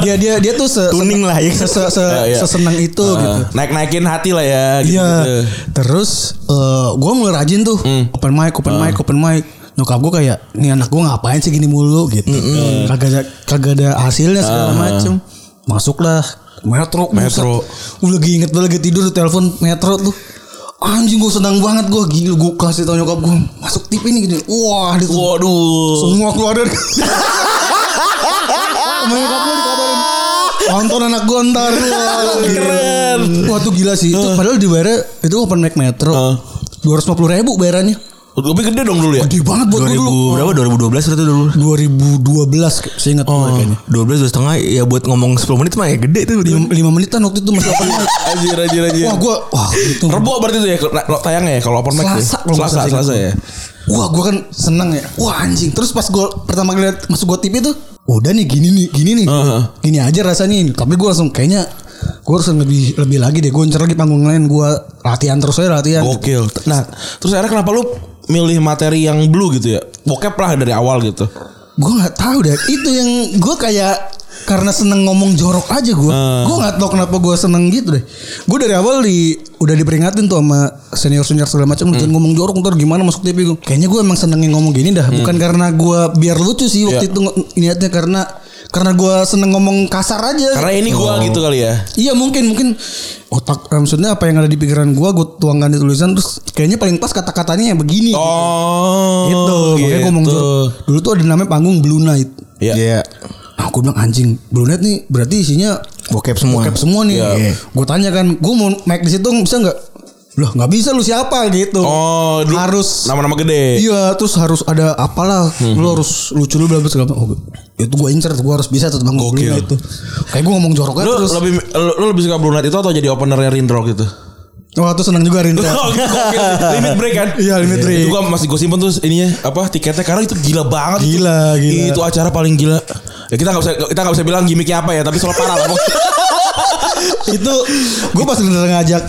dia dia dia tuh se,
Tuning lah ya.
se, se, se-
Iya, iya.
sesenang itu gitu
Naik naikin hati lah ya. gitu. Hmm.
Iya. Terus eh gue mulai rajin tuh open mic, open
Ah.
mic, open mic. Nyokap gue kayak, nih anak gue ngapain sih gini mulu gitu.
Hmm,
Kagak ada kagak ada hasilnya segala macem. Masuklah metro.
Ah. Metro.
buset. Gue lagi inget gue lagi tidur telepon metro tuh. Anjing gue senang banget gue gila gue kasih tau nyokap gue masuk TV nih gini. Wah, dia tuh
Waduh.
semua keluarga. Sama nyokap gue dikabarin. Nonton anak gue ntar
Keren.
Wah tuh gila sih Itu padahal dibayarnya Itu open mic metro
Heeh.
250 ribu bayarannya
Lebih gede dong dulu ya.
Gede banget buat gue
2000
dulu.
berapa? 2012 berarti dulu.
2012 kayak- seingat gue
Oh,
kayaknya.
12 dua setengah ya buat ngomong 10 menit mah ya gede tuh.
5, menitan waktu itu masih open mic.
Anjir anjir anjir.
Wah gue wah itu.
Rebo berarti itu ya ke- na- tayangnya ya kalau open mic. tuh ya?
Selasa kalau nggak
Selasa
salah
Selasa
seingat
ya.
gua. Wah gue kan seneng ya. Wah anjing. Terus pas gue pertama kali liat masuk gue TV tuh. Udah nih gini nih gini nih.
Heeh.
Gini aja rasanya. Tapi gue langsung kayaknya gue harus lebih lebih lagi deh. Gue ncer lagi panggung lain. Gue latihan terus aja latihan.
Gokil. Nah, terus akhirnya kenapa lu milih materi yang blue gitu ya? Bokep lah dari awal gitu.
Gue nggak tahu deh. Itu yang gue kayak karena seneng ngomong jorok aja gue.
Ah.
Gue nggak tahu kenapa gue seneng gitu deh. Gue dari awal di udah diperingatin tuh sama senior senior segala macam jangan
Hmm.
ngomong jorok ntar gimana masuk TV gue. Kayaknya gue emang seneng yang ngomong gini dah. Bukan karena gue biar lucu sih waktu
Iya.
itu ngo- niatnya karena karena gue seneng ngomong kasar aja.
Karena ini
Oh.
gua gitu kali ya.
Iya mungkin mungkin otak eh, maksudnya apa yang ada di pikiran gue gue tuangkan di tulisan terus kayaknya paling pas kata-katanya yang begini.
Gitu.
Oh.
gitu. Makanya gue ngomong
gitu.
jorok. Dulu tuh ada namanya panggung Blue Night.
Iya.
Iya.
Nah gue bilang anjing Blue Net nih berarti isinya
Bokep semua.
bokep semua nih.
Iya.
Gue tanya kan, gue mau make di situ bisa nggak? Loh nggak bisa lu siapa gitu.
Oh, dulu
harus
nama-nama gede.
iya terus harus ada apalah
Hmm.
lu harus lucu lu bla bla segala macam. Oh, itu gue incer gue harus bisa tuh bang
Gokil.
itu. Kayak gue ngomong jorok aja
Lu
terus.
lebih lu, lu lebih suka Blue Night itu atau jadi openernya Rindro gitu?
Wah tuh senang juga Rinta.
Oh, gokil. limit break kan?
Iya, limit break.
Itu gua masih gue simpen terus ininya apa tiketnya karena itu gila banget. itu.
Gila, gila.
Itu acara paling gila. Ya kita nggak bisa kita nggak bisa bilang gimmicknya apa ya, tapi soal parah lah.
itu gue pas Rindra ngajak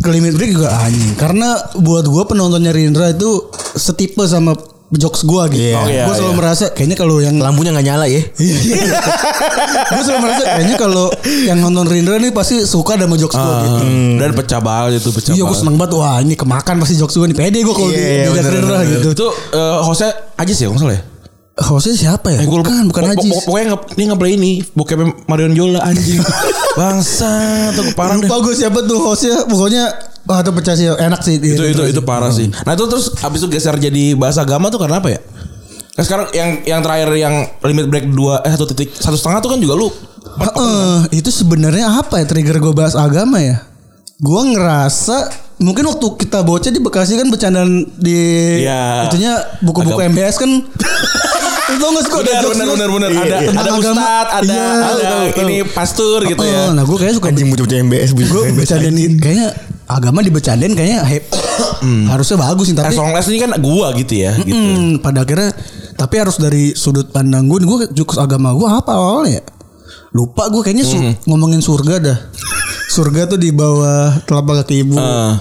ke limit break juga anjing karena buat gue penontonnya Rindra itu setipe sama jokes gue gitu.
Iya.
Oh, iya,
gue selalu
iya.
merasa kayaknya kalau yang
Lampunya nggak nyala ya.
gue selalu merasa kayaknya kalau yang nonton Rindra nih pasti suka sama jokes gue gitu.
Hmm. Dan pecah banget itu pecah.
Iya gue
banget.
seneng banget Wah ini kemakan pasti jokes gue nih Pede gue kalau
Iya,
di-
iya,
diajak
bener,
Rindra
bener.
gitu
Itu eh hostnya Ajis ya, kalau nggak salah ya?
Hostnya siapa ya?
gua lupa.
bukan bukan
Pok- pok-
Ajis
Pokoknya nge, dia nge-play ini bokep Marion Jola anjing. Bangsa atau parah deh.
Lupa gue siapa tuh hostnya Pokoknya Wah itu pecah sih Enak sih
itu itu itu parah sih. Nah itu terus abis itu geser jadi bahasa agama tuh karena apa ya? Nah, sekarang yang yang terakhir yang limit break dua eh satu titik satu setengah tuh kan juga lu
Heeh, Itu sebenarnya apa ya Trigger gue bahas agama ya Gue ngerasa Mungkin waktu kita bocah di Bekasi kan bercandaan di
Iya.
itunya buku-buku
Agam-
MBS kan Lu tau gak sih kok ada jokes lu?
ada
Tentang
ada
agama.
ustad ada
Iya,
ada
tahu, tahu.
ini pastur gitu
Heeh,
ya
Nah gue kayaknya suka
Anjing bocah-bocah MBS
gue
bocah-bocah MBS.
bercandain kayaknya agama dibercandain kayaknya hep- harusnya bagus sih
Eh,
tapi
Songless ini kan gua gitu ya gitu
hmm, pada akhirnya tapi harus dari sudut pandang gue gue jokes agama gue apa awalnya ya? lupa gue kayaknya su- ngomongin surga dah surga tuh di bawah telapak kaki ibu
Eh,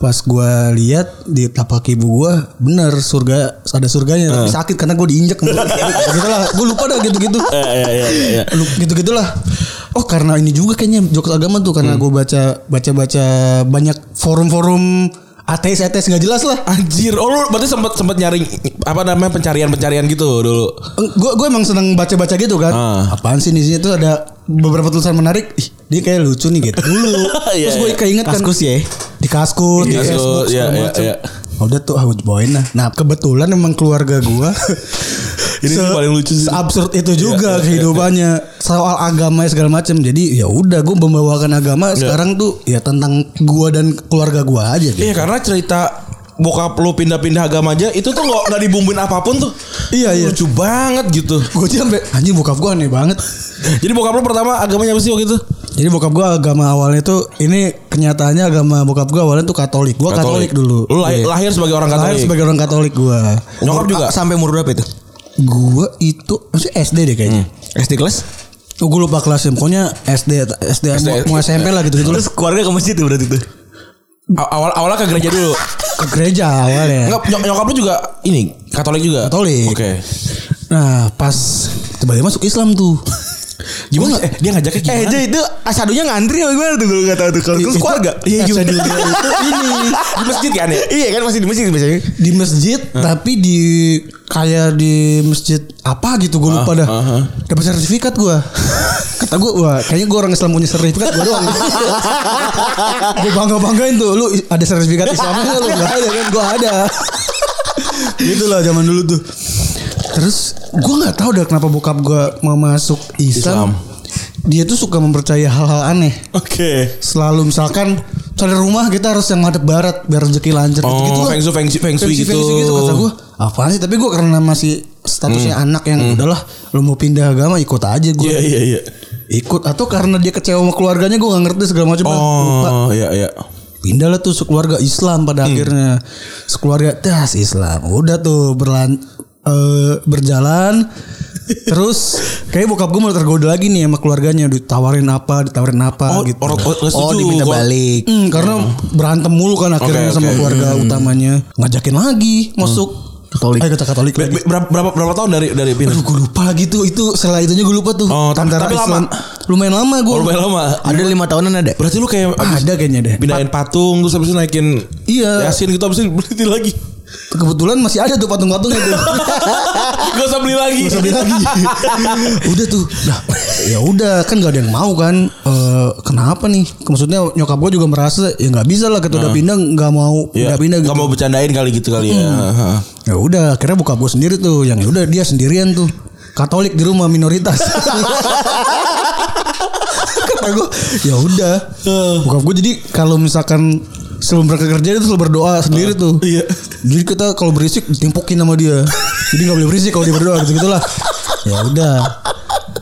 pas gue lihat di telapak kaki ibu gue bener surga ada surganya tapi sakit karena gue diinjek gitu lah gue lupa dah gitu gitu
eh, eh, eh, eh, eh.
gitu gitulah oh karena ini juga kayaknya jokes agama tuh karena gue baca baca baca banyak forum-forum ateis ateis nggak jelas lah
Anjir, oh lu berarti sempet sempet nyari apa namanya pencarian-pencarian gitu dulu.
gue gue emang seneng baca-baca gitu kan
Ah.
apaan sih di sini tuh ada beberapa tulisan menarik ih dia kayak lucu nih gitu dulu
Iya,
terus gue
iya.
keinget kan
Kaskus ya.
di kaskus di
Iya, kaskus,
Facebook
iya,
segala
iya,
macem.
iya.
Oh, udah tuh aku join lah nah kebetulan emang keluarga gue
Ini sih paling lucu sih.
absurd itu juga kehidupannya Iya, soal agama segala macem jadi ya udah gue membawakan agama
Iya.
sekarang tuh ya tentang gue dan keluarga gue aja gitu.
Iya karena cerita bokap lu pindah-pindah agama aja itu tuh nggak nggak dibumbuin apapun tuh.
Iya, iya.
Lucu banget gitu.
gue sampai anjing bokap gue aneh banget
Jadi bokap lu pertama agamanya apa sih waktu itu?
Jadi bokap gua agama awalnya tuh ini kenyataannya agama bokap gua awalnya tuh Katolik. Gua Oh, Katolik, dulu.
Lu lahir,
Iya.
lahir sebagai orang
Lahir
Katolik.
sebagai orang Katolik gua.
Nyokap juga.
Ah, Sampai umur berapa itu?
Gua itu masih SD deh kayaknya.
SD kelas?
Hmm.
Oh, gua lupa kelasnya. Pokoknya SD SD, mau, mau SMP lah gitu gitu.
Terus keluarga ke masjid tuh berarti tuh.
A- Awal awalnya ke gereja dulu.
Ke gereja awalnya.
Enggak, nyok- nyokap lu juga ini Katolik juga.
Katolik.
Oke.
Nah, pas tiba-tiba masuk Islam tuh.
Gimana? Eh, dia ngajaknya gimana?
Eh, jadi itu asadunya ngantri apa gimana tuh gue enggak tahu tuh. Kalau terus
Itu-
keluarga.
Iya,
Iya,
jadi dia itu ini
di masjid kan ya?
Iya kan masih di masjid biasanya.
di masjid tapi di kayak di masjid apa gitu gue lupa dah
ah, ah.
dapat sertifikat gue kata gue wah kayaknya gue orang Islam punya sertifikat gue doang gue bangga banggain tuh lu i- ada sertifikat Islamnya lu nggak ada kan gue ada gitu lah zaman dulu tuh terus gue nggak tahu dah kenapa bokap gue mau masuk Islam,
Islam.
dia tuh suka mempercaya hal-hal aneh
Oke.
selalu misalkan sadar rumah kita harus yang ngadep barat biar rezeki lancar
Oh,
gitu-gitu lah.
feng shui- feng shui- feng shui gitu.
kata gue apaan sih tapi gue karena masih statusnya anak yang udahlah lu mau pindah agama ikut aja gue
Hmm. Iya iya iya.
ikut atau karena dia kecewa sama keluarganya gue gak ngerti segala macam Lupa.
Oh iya iya.
pindah lah tuh sekeluarga Islam pada
Hmm.
akhirnya sekeluarga tas Islam udah tuh berlan eh, berjalan terus kayak bokap gue mulai tergoda lagi nih sama keluarganya ditawarin apa ditawarin apa
Oh,
gitu
orang- orang- orang
oh
setuju.
diminta
Gua-
balik Hmm, karena berantem mulu kan akhirnya
Ya. Oke,
sama
oke. Hmm.
keluarga utamanya ngajakin lagi masuk Katolik eh kata Katolik
Be-
lagi.
be- Berapa berapa berapa tahun dari dari pindah?
Aduh gue lupa lagi tuh Itu setelah itunya gue lupa tuh
Oh, tapi-
Antara
tapi lama.
Lumayan lama gue
Oh, lumayan lama.
Ada lima tahunan ada.
Berarti lu kayak abis
Ada kayaknya deh
pindahin patung terus habis itu naikin
Ah. Iya.
Yasin gitu habis itu beli lagi.
Kebetulan masih ada tuh patung-patungnya tuh
Gak usah beli lagi.
Gak usah beli lagi. udah tuh. Nah, ya udah kan gak ada yang mau kan. Eh, kenapa nih? Maksudnya nyokap gue juga merasa ya nggak bisa lah kita udah pindah nggak mau
Nah. Iya,
pindah pindah gitu.
Gak mau bercandain kali gitu kali ya.
Ya udah akhirnya buka gue sendiri tuh. Yang ya udah dia sendirian tuh. Katolik di rumah minoritas. Kata gue ya udah. Bokap gue jadi kalau misalkan sebelum berangkat kerja itu selalu berdoa
Ah,
sendiri tuh.
Iya.
Jadi kita kalau berisik ditimpukin sama dia. Jadi nggak boleh berisik kalau dia berdoa gitu gitulah. Ya udah.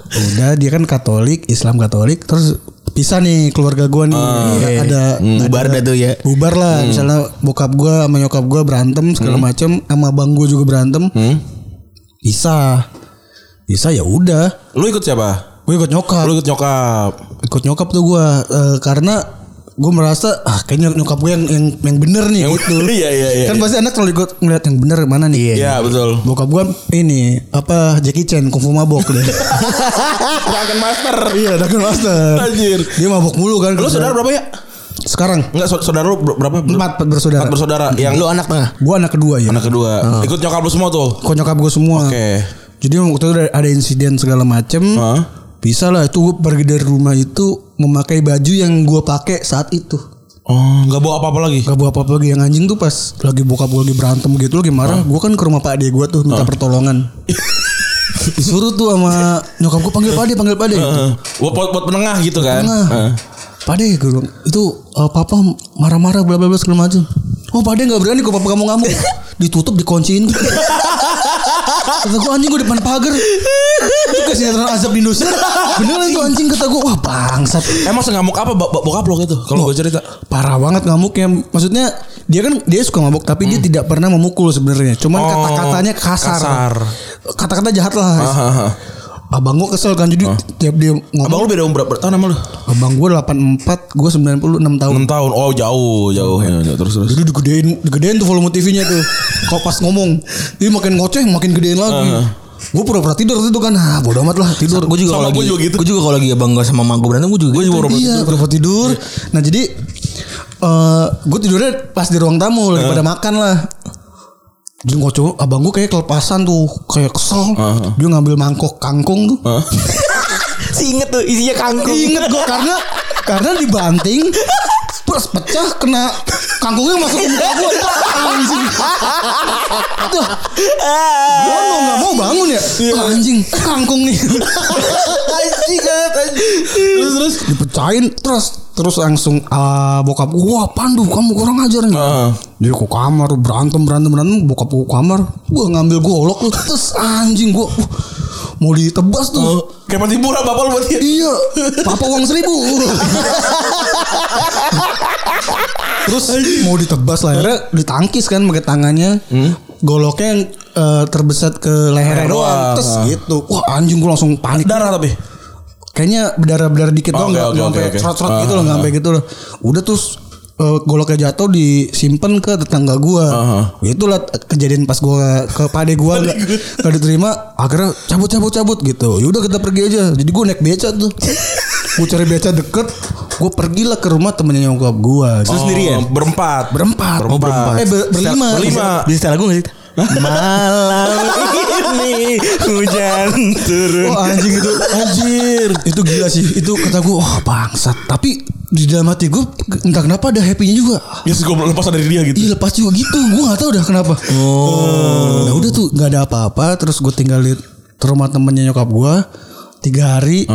Udah dia kan Katolik, Islam Katolik, terus pisah nih keluarga gua
Ah,
nih. Ya, ada
iya, Bubar
ada-
dah tuh ya.
Bubar lah, misalnya bokap gua sama nyokap gua berantem segala
Hmm.
macem sama bang gua juga berantem. Pisah. Pisah ya udah.
Lu ikut siapa?
Gue ikut nyokap
Lu ikut nyokap.
ikut nyokap tuh gue karena gue merasa ah kayaknya nyokap gue yang yang yang bener nih
Yang-
gitu.
Iya, iya, iya.
Kan pasti anak kalau ikut ngeliat yang bener mana nih.
Iya betul.
Bokap gue ini apa Jackie Chan kungfu mabok deh.
Ah, Dragon Master.
iya, Dragon Master.
Anjir.
Dia mabok mulu kan.
Lu saudara berapa ya?
Sekarang
Enggak sau- saudara lu ber- berapa?
empat bersaudara.
Empat bersaudara. Yang
Lu anak tengah.
Gue anak kedua ya.
anak kedua. Ikut nyokap lu semua tuh.
Kok nyokap gue semua.
Oke. Ah.
Jadi waktu itu ada- ada insiden segala macem.
Hah?
Bisa lah itu gue pergi dari rumah itu memakai baju yang gue pakai saat itu.
Oh, nggak bawa apa-apa lagi.
Gak bawa apa-apa lagi yang anjing tuh pas lagi bokap gue lagi berantem gitu lagi marah. Gue kan ke rumah Pak Ade gue tuh minta pertolongan. Disuruh tuh sama nyokap gue panggil Pak Ade, panggil Pak Ade.
Heeh. Ah. Buat buat buat penengah gitu kan.
Nah,
Heeh.
Pak Ade gue bilang, itu eh, papa marah-marah bla bla bla segala macam. Oh Pak Ade gak berani kok papa kamu ngamuk. Ditutup dikunciin. Kata gue anjing gue depan pagar. Itu kayak sinetron azab di Indonesia. Beneran itu anjing kata gue wah bangsat.
Emang sengamuk Eh, apa bok- bok- bokap lo gitu? Kalau gue cerita.
parah banget ngamuknya. Maksudnya dia kan dia suka mabuk tapi dia tidak pernah memukul sebenarnya. Cuman
Hmm. Oh,
kata-katanya kasar.
kasar.
Kata-kata jahat lah.
Ah,
Abang gua kesel kan jadi tiap dia
Abang
ngomong.
lu beda umur berapa tahun sama lu?
Abang, gua 84, gua 96 tahun.
6 tahun. Oh, jauh, jauh. Ya, ya, terus terus.
Jadi digedein, digedein tuh volume TV-nya tuh. Kalau pas ngomong, dia makin ngoceh, makin gedein lagi. Gua pura-pura tidur waktu itu kan. Ah, bodo amat lah tidur.
Gue juga
Sama
kalau
Ah. gua
lagi,
juga gitu.
gue juga kalau lagi abang gue sama mak gue berantem gue juga. gitu. Gue juga
Iya, pura tidur. Nah jadi eh gue tidurnya pas di ruang tamu lagi pada makan lah. Jadi gue coba abang gue kayak kelepasan tuh kayak kesel. Dia ngambil mangkok kangkung tuh.
Si inget tuh isinya kangkung.
Iya,
Ingat gue karena karena dibanting terus pecah kena kangkungnya masuk ke muka gue. Anjing. Tuh. Gue mau nggak mau bangun ya. Ah, Anjing kangkung nih.
Anjing Terus terus.
Dipecahin terus terus langsung ah, bokap gua "Wah, pandu kamu kurang ajar nih.
Heeh.
Dia ke kamar berantem berantem berantem bokap gua ke kamar. Gua ngambil golok lu terus anjing gua uh, mau ditebas tuh.
Oh, Kayak mati murah bapak lu berarti.
Iya, papa uang seribu. Terus mau ditebas lehernya, ditangkis kan pakai tangannya. Goloknya yang eh, terbesar ke lehernya
Hmm? Leher
doang.
doang. Ah.
Terus gitu. Wah, anjing gua langsung panik.
Darah tapi.
Kayaknya berdarah-berdarah dikit doang
Ah, Oke,
nggak
oke,
nggak
oke,
sampai
oke.
cerot-cerot
Ah,
gitu loh, nggak sampai gitu loh. Udah terus eh, goloknya jatuh disimpan ke tetangga gua.
Ah,
Itulah kejadian pas gua ke pade gua nggak nggak diterima, akhirnya cabut cabut cabut gitu. Yaudah kita pergi aja. Jadi gua naik beca tuh. gua cari beca deket, gua pergilah ke rumah temennya nyokap gua. Terus
sendirian. Oh, Berempat.
berempat.
Oh, berempat.
Eh ber- berlima.
Berlima.
Bisa lagu gak sih? Malam ini hujan
Oh
turun.
anjing itu Anjir Itu gila sih Itu kata gue Wah bangsat Tapi di dalam hati gue Entah kenapa ada happy-nya juga
Ya yes, gue lepas dari dia gitu.
Ih lepas juga gitu Gue gak tahu dah kenapa Oh Nah udah tuh Gak ada apa-apa Terus gue tinggal di rumah temennya nyokap gue Tiga hari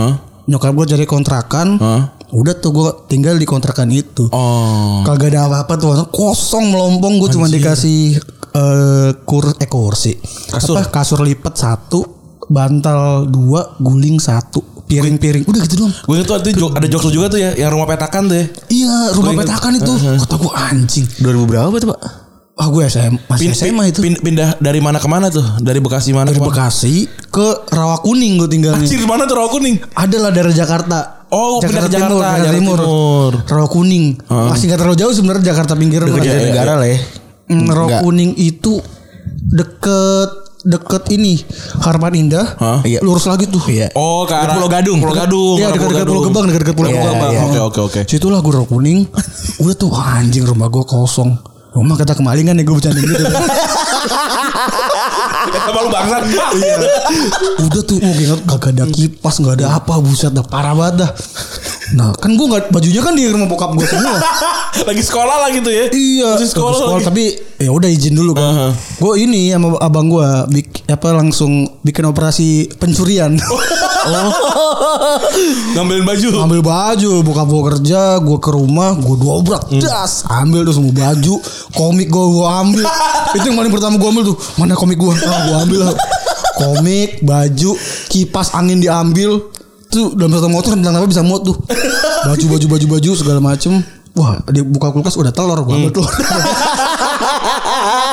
Nyokap gue cari kontrakan Udah tuh gue tinggal di kontrakan itu.
Oh.
Kagak ada apa-apa tuh kosong melompong gue cuma dikasih eh kur eh kursi.
Kasur.
Apa, kasur lipat satu, bantal dua, guling satu, piring-piring. Udah gitu doang.
Gue inget tuh itu ada jokes lu juga tuh ya, yang rumah petakan tuh ya.
Iya, rumah
Gua ingat.
petakan itu.
eh.
Kata gue anjing.
2000 berapa tuh, Pak?
Ah gue SM, masih
Pin-
SMA itu.
pin- Pindah dari mana ke mana tuh? Dari Bekasi mana
Dari
ke mana?
Bekasi ke Rawakuning gue tinggalnya.
Anjir, mana tuh rawa kuning?
Ada lah dari Jakarta.
Oh, pindah ke Jakarta,
Jakarta
Jakarta
Timur.
Timur. Ah.
Rawakuning. Masih gak terlalu jauh sebenarnya Jakarta pinggiran.
Dekat
Iya,
Jatinegara
iya.
negara lah ya.
Mm, Rawakuning itu deket deket ini Harapan Indah.
Hah?
Iya. Lurus lagi tuh. Iya.
Oh, ke arah Pulau Gadung. Pulau Gadung.
Iya,
arah
dekat-dekat Pulau Gebang, dekat-dekat Pulau
Iya,
Gebang.
iya.
Oh.
Oke, oke, oke.
Situlah gue Rawakuning. Udah tuh wah, anjing rumah gue kosong. Rumah kata kemalingan ya gue bercanda gitu.
Apa lu bangsat?
Iya. udah tuh mau ingat kagak ada kipas nggak ada apa buset dah parah banget dah nah kan gue nggak bajunya kan di rumah bokap gue semua
Lagi sekolah lagi tuh ya.
iya
Masih sekolah,
sekolah,
lagi. Ah.
tapi ya udah izin dulu kan
Aha.
gue ini sama abang gue bik, apa langsung bikin operasi pencurian
Oh. Ngambilin baju.
ambil baju bokap gue kerja gue ke rumah gue dobrak
Hmm.
das ambil tuh semua baju komik gue gue ambil itu yang paling pertama gue ambil tuh mana komik gue ah, gue ambil lah. komik baju kipas angin diambil tuh dalam satu motor tentang apa bisa muat tuh baju baju baju baju segala macem wah dia buka kulkas udah telur gue
Hmm.
ambil telur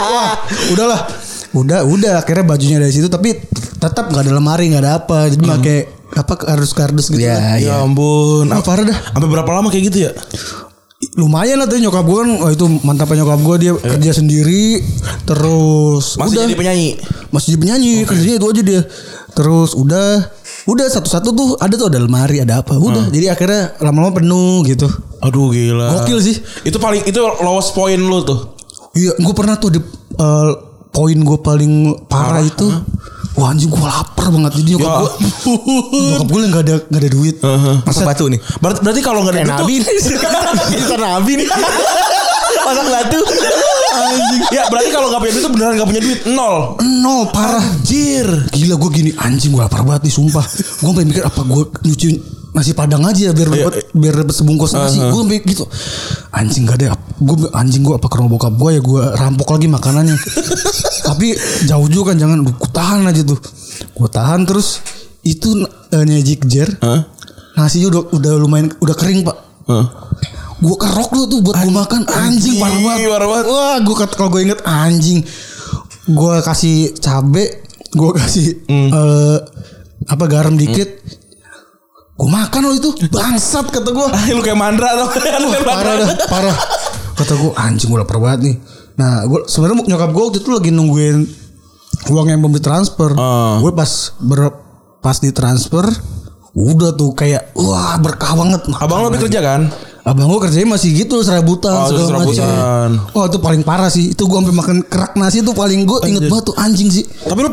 wah udahlah udah udah akhirnya bajunya dari situ tapi tetap nggak ada lemari nggak ada apa jadi pakai apa kardus-kardus gitu
Hmm. Iya,
lah.
Ya ampun.
Nah, parah dah.
Sampai berapa lama kayak gitu ya?
Lumayan lah tadi nyokap gue kan. Wah itu mantapnya nyokap gue. Dia kerja sendiri. Terus.
Eh. Masih
udah.
jadi Oh, penyanyi.
Masih jadi penyanyi. Kerjanya itu aja dia. Terus udah. Udah satu-satu tuh. Ada tuh ada lemari. Ada apa. Udah.
Ah.
Jadi akhirnya lama-lama penuh gitu.
Aduh gila.
Gokil sih.
Itu paling itu lowest point lu tuh.
Iya. Gue pernah tuh di... eh, poin gue paling parah itu. Wah anjing gue lapar banget. Jadi nyokap
ah. Ya Ah,
gue. Nyokap gue yang gak ada, nggak ada duit.
Masak batu nih.
Berarti, berarti kalau nggak gitu ada
Kayak Eh, nabi
duit
nih. Kita nabi nih. Masak batu.
tuh, ya berarti kalau nggak punya duit tuh beneran nggak punya duit nol.
Nol parah.
Anjir.
Gila gue gini anjing gue lapar banget nih sumpah. Gue pengen mikir apa gue nyuci nasi padang aja ya
Iya.
biar dapat biar dapat sebungkus nasi. Gue mikir gitu. Anjing gak ada. Gue anjing gue apa ke rumah bokap gue ya gue rampok lagi makanannya. Tapi jauh juga kan jangan Duh, gua tahan aja tuh. Gue tahan terus itu eh, nyejik jer.
Hah?
Nasinya udah udah lumayan udah kering pak. Gue kerok dulu tuh buat gue makan anjing parah banget.
Ih, parah banget.
Wah, gue kata kalau gue inget anjing, gue kasih cabe, gue kasih
Hmm.
eh, apa garam dikit, gue makan loh itu bangsat kata gue.
Ah, lu kayak mandra tau kan?
Wah, parah dah, parah. Kata gue anjing gue lapar banget nih. Nah, gue sebenarnya nyokap gue waktu itu lagi nungguin uang yang belum ditransfer.
Ah.
Gue pas ber, pas ditransfer, udah tuh kayak wah berkah banget. Nah,
Abang
Makan
lu habis kerja kan?
Abang gua kerjanya masih gitu serabutan
Oh,
segala
serabutan.
macam. Oh itu paling parah sih. Itu gua sampai makan kerak nasi itu paling gua inget banget tuh anjing sih.
Tapi lu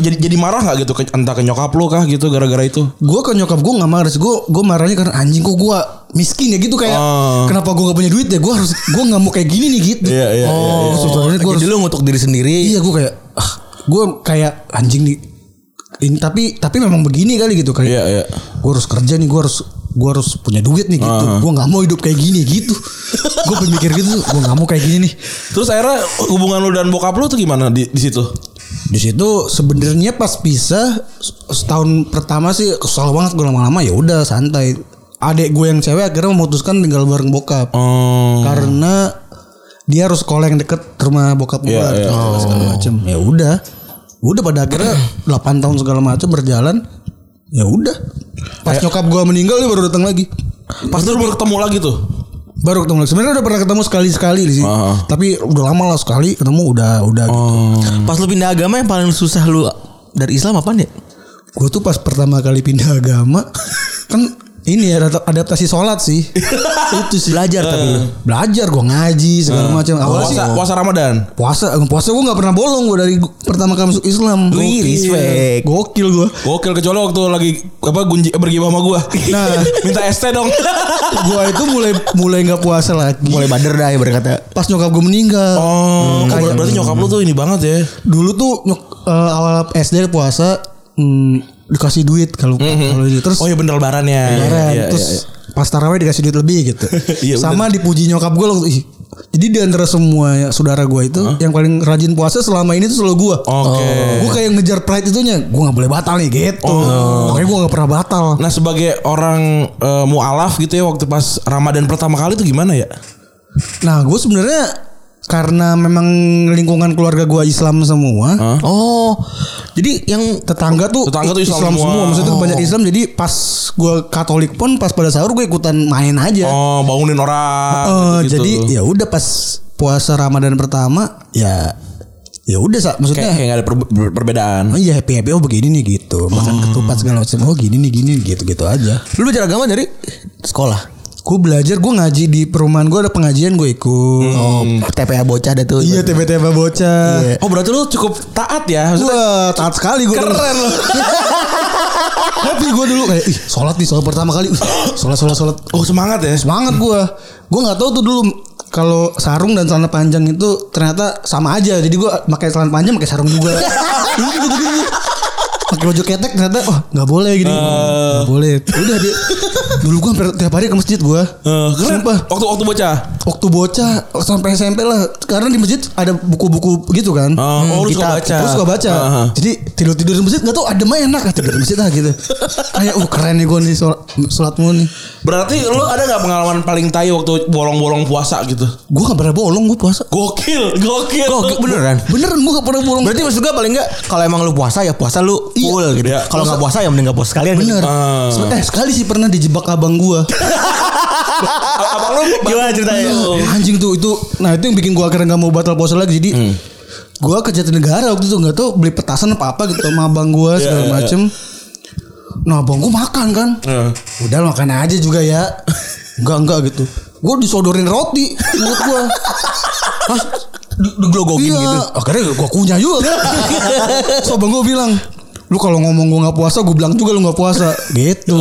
jadi jadi marah nggak gitu ke, entah ke nyokap lu kah gitu gara-gara itu?
Gua ke nyokap gua nggak marah sih. Gua gua marahnya karena anjing kok gua miskin ya gitu kayak
Oh.
kenapa gua gak punya duit ya gua harus gua nggak mau kayak gini nih gitu.
Iya, iya, iya,
Oh, sebenarnya gua
Jadi
harus-
lu ngutuk diri sendiri.
iya gua kayak ah, gua kayak anjing nih. Ini tapi tapi memang begini kali gitu kayak.
Iya, iya.
gue harus kerja nih gue harus gue harus punya duit nih gitu
Ah.
gue nggak mau hidup kayak gini gitu gue berpikir gitu gue nggak mau kayak gini nih
Terus akhirnya hubungan lu dan bokap lu tuh gimana di, di situ?
di situ sebenarnya pas pisah setahun pertama sih kesal banget gue lama-lama ya udah santai adek gue yang cewek akhirnya memutuskan tinggal bareng bokap
Oh.
karena dia harus sekolah yang deket rumah bokap gue
Iya, iya.
segala macem ya udah udah pada akhirnya 8 tahun segala macem berjalan ya udah pas nyokap gue meninggal dia baru datang lagi
Pas itu lu baru ketemu lagi tuh.
baru ketemu lagi. Sebenarnya udah pernah ketemu sekali sekali di sini.
Ah.
Tapi udah lama lah sekali ketemu udah udah.
Oh,
gitu.
Pas lu pindah agama yang paling susah lu dari Islam apaan ya?
Gue tuh pas pertama kali pindah agama kan ini ya ada- adaptasi sholat sih. Itu sih.
Belajar tapi lu.
Belajar gue ngaji segala macam. Awalnya sih
Puasa, puasa Ramadan.
puasa eh, puasa gue nggak pernah bolong gue dari gu- pertama kali masuk Islam.
Wih, respect.
Gokil gue.
Gokil kecuali waktu lagi apa gunji bergibah sama gua.
Nah.
minta ST dong.
Gue itu mulai mulai nggak puasa lagi.
Mulai bader dah ya berkata.
Pas nyokap gue meninggal. Hmm,
oh,
kayak- gitu.
berarti nyokap lu tuh ini banget ya.
Dulu tuh nyok- eh, awal SD puasa hmm, dikasih duit kalau kalau ini terus
oh ya bener lebarannya.
Keren.
Iya,
terus
iya, iya.
pas taraweh dikasih duit lebih gitu.
Iya,
Sama dipuji nyokap gue loh. Ih, Jadi di antara semua ya, saudara gue itu yang paling rajin puasa selama ini tuh selalu gue.
Oke.
Gue kayak ngejar pride itunya, gue nggak boleh batal nih gitu.
Oh.
Makanya gue nggak pernah batal.
Nah sebagai orang eh, mualaf gitu ya waktu pas Ramadan pertama kali tuh gimana ya?
Nah gue sebenarnya karena memang lingkungan keluarga gue Islam semua.
Oh, jadi yang
Tetangga tuh,
Tetangga tuh
semua.
Islam semua. Oh.
Maksudnya banyak Islam Jadi pas gue Katolik pun Pas pada sahur gue ikutan main aja
Oh bangunin orang.
Eh,
gitu-gitu.
Iya. jadi ya udah pas puasa Ramadan pertama ya ya udah Sa.
kayak
maksudnya
Eh, kayak gak ada per- per- perbedaan.
oh iya happy happy oh begini nih gitu makan ketupat segala macam oh gini nih gini gitu gitu aja
lu belajar agama dari sekolah.
gue belajar gue ngaji di perumahan gue ada pengajian gue ikut
Oh, TPA bocah ada tuh.
Hmm. iya tiba-tiba bocah
Oh berarti lu cukup taat ya? Maksudnya
Wah, taat sekali gue
keren loh.
Tapi gue dulu kayak Ih sholat nih Sholat pertama kali Ih, Sholat sholat sholat
Oh semangat ya.
Semangat gue Gue gak tahu tuh dulu kalau sarung dan celana panjang itu ternyata sama aja. Jadi gue pakai celana panjang pakai sarung juga. Dulu tuh gitu-gitu tuh. pakai baju ketek ternyata oh nggak boleh
Eh.
gini nggak boleh udah dia dulu gue hampir tiap hari ke masjid gue
Eh, keren.
Sumpah.
Waktu waktu bocah.
waktu bocah sampai SMP lah karena di masjid ada buku-buku gitu kan
Oh, oh, lu
Kitab.
suka baca. Ah,
Gua suka baca
Aha.
jadi tidur tidur di masjid nggak tau adem aja enak ah, tidur di masjid lah gitu kayak uh keren nih gue nih sholat, sholat mulu nih
Berarti lu ada nggak pengalaman paling tai waktu bolong-bolong puasa gitu?
gue gak pernah bolong gue puasa
Gokil, gokil.
Gokil, Oh, beneran.
Oh, Beneran gue gak pernah bolong.
Berarti maksud gue paling enggak kalau emang lu puasa ya puasa lu full gitu.
Iya.
Kalau nggak puasa ya mending nggak puasa sekalian.
bener.
Ah.
Se- Eh sekali sih pernah dijebak abang gua.
Abang lu
Gimana ceritanya?
Oh.
Anjing tuh itu. Nah itu yang bikin gua akhirnya nggak mau batal puasa lagi. Jadi
Hmm.
gua ke Jatinegara waktu itu nggak tahu beli petasan apa apa gitu sama abang gua segala
Iya, iya,
macem. Nah abang gua makan kan.
Iya.
Udah makan aja juga ya. Enggak enggak gitu. Gua disodorin roti mulut gua. Hah? Di-
Diglogokin
iya.
gitu.
Akhirnya gua kunyah juga. so abang gua bilang, lu kalau ngomong gua nggak puasa, gua bilang juga lu nggak puasa. Gitu.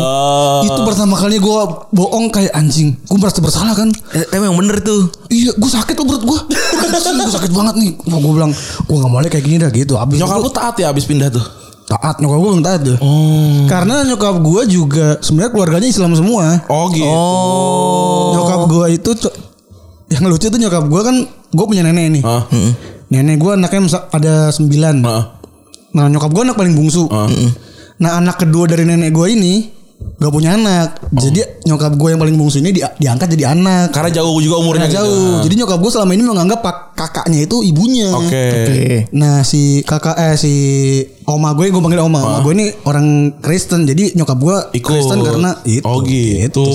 Itu pertama kalinya gua bohong kayak anjing. Gua merasa bersalah kan.
Eh, Tapi yang bener tuh.
Iya, gua sakit loh perut gua. Anjing, gua sakit banget nih. Gua, gua bilang, gua nggak boleh kayak gini dah gitu. Abis
Nyokap
itu
lu taat ya abis pindah tuh.
taat nyokap gua belum taat tuh. Karena nyokap gua juga sebenarnya keluarganya Islam semua.
Oh gitu.
Nyokap gua itu tuh- yang lucu tuh nyokap gua kan gua punya nenek nih.
Ah.
Nenek gua anaknya mesa- ada sembilan.
Ah.
Nah nyokap gue anak paling bungsu. Nah anak kedua dari nenek gue ini gak punya anak.
Oh.
Jadi nyokap gue yang paling bungsu ini dia- diangkat jadi anak.
Karena jauh juga umurnya
Karena
gitu.
jauh. Jadi nyokap gue selama ini menganggap pak kakaknya itu ibunya.
Oke.
Iya.
Nah si kakak eh si oma gue gue panggil oma. Oma gue ini orang Kristen. Jadi nyokap gue
Ah. Ikut.
Kristen karena itu.
Oh gitu.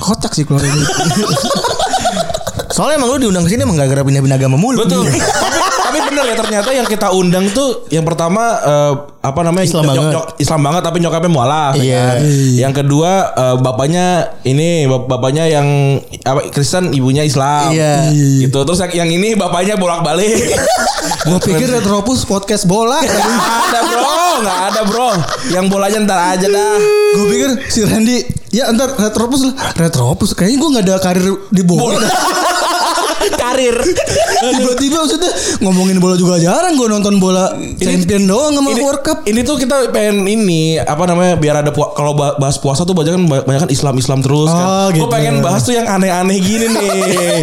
Kocak sih keluarga gue.
Soalnya emang lu diundang ke sini emang gak gara pindah-pindah agama mulu.
Betul. tapi, tapi bener ya ternyata yang kita undang tuh yang pertama eh, apa namanya
Islam banget.
Islam banget tapi nyokapnya mualaf. ya
Iya.
kan? Yang kedua eh, bapaknya ini bap- bapaknya yang apa Kristen ibunya Islam.
Iya.
Gitu. Terus yang, yang ini bapaknya bolak-balik.
gue pikir Retropus podcast bola.
Nggak ada bro, nggak ada bro. Yang bolanya ntar aja dah.
gue pikir si Randy ya ntar Retropus lah. Retropus kayaknya gue nggak ada karir di bola.
Karir.
Tiba-tiba maksudnya ngomongin bola juga jarang gue nonton bola champion doang sama
Ini,
World Cup.
ini tuh kita pengen ini apa namanya biar ada pua- kalau ba- bahas puasa tuh banyak kan banyak kan Islam Islam terus kan.
Oh,
Gua
gitu.
pengen bahas tuh yang aneh-aneh gini nih.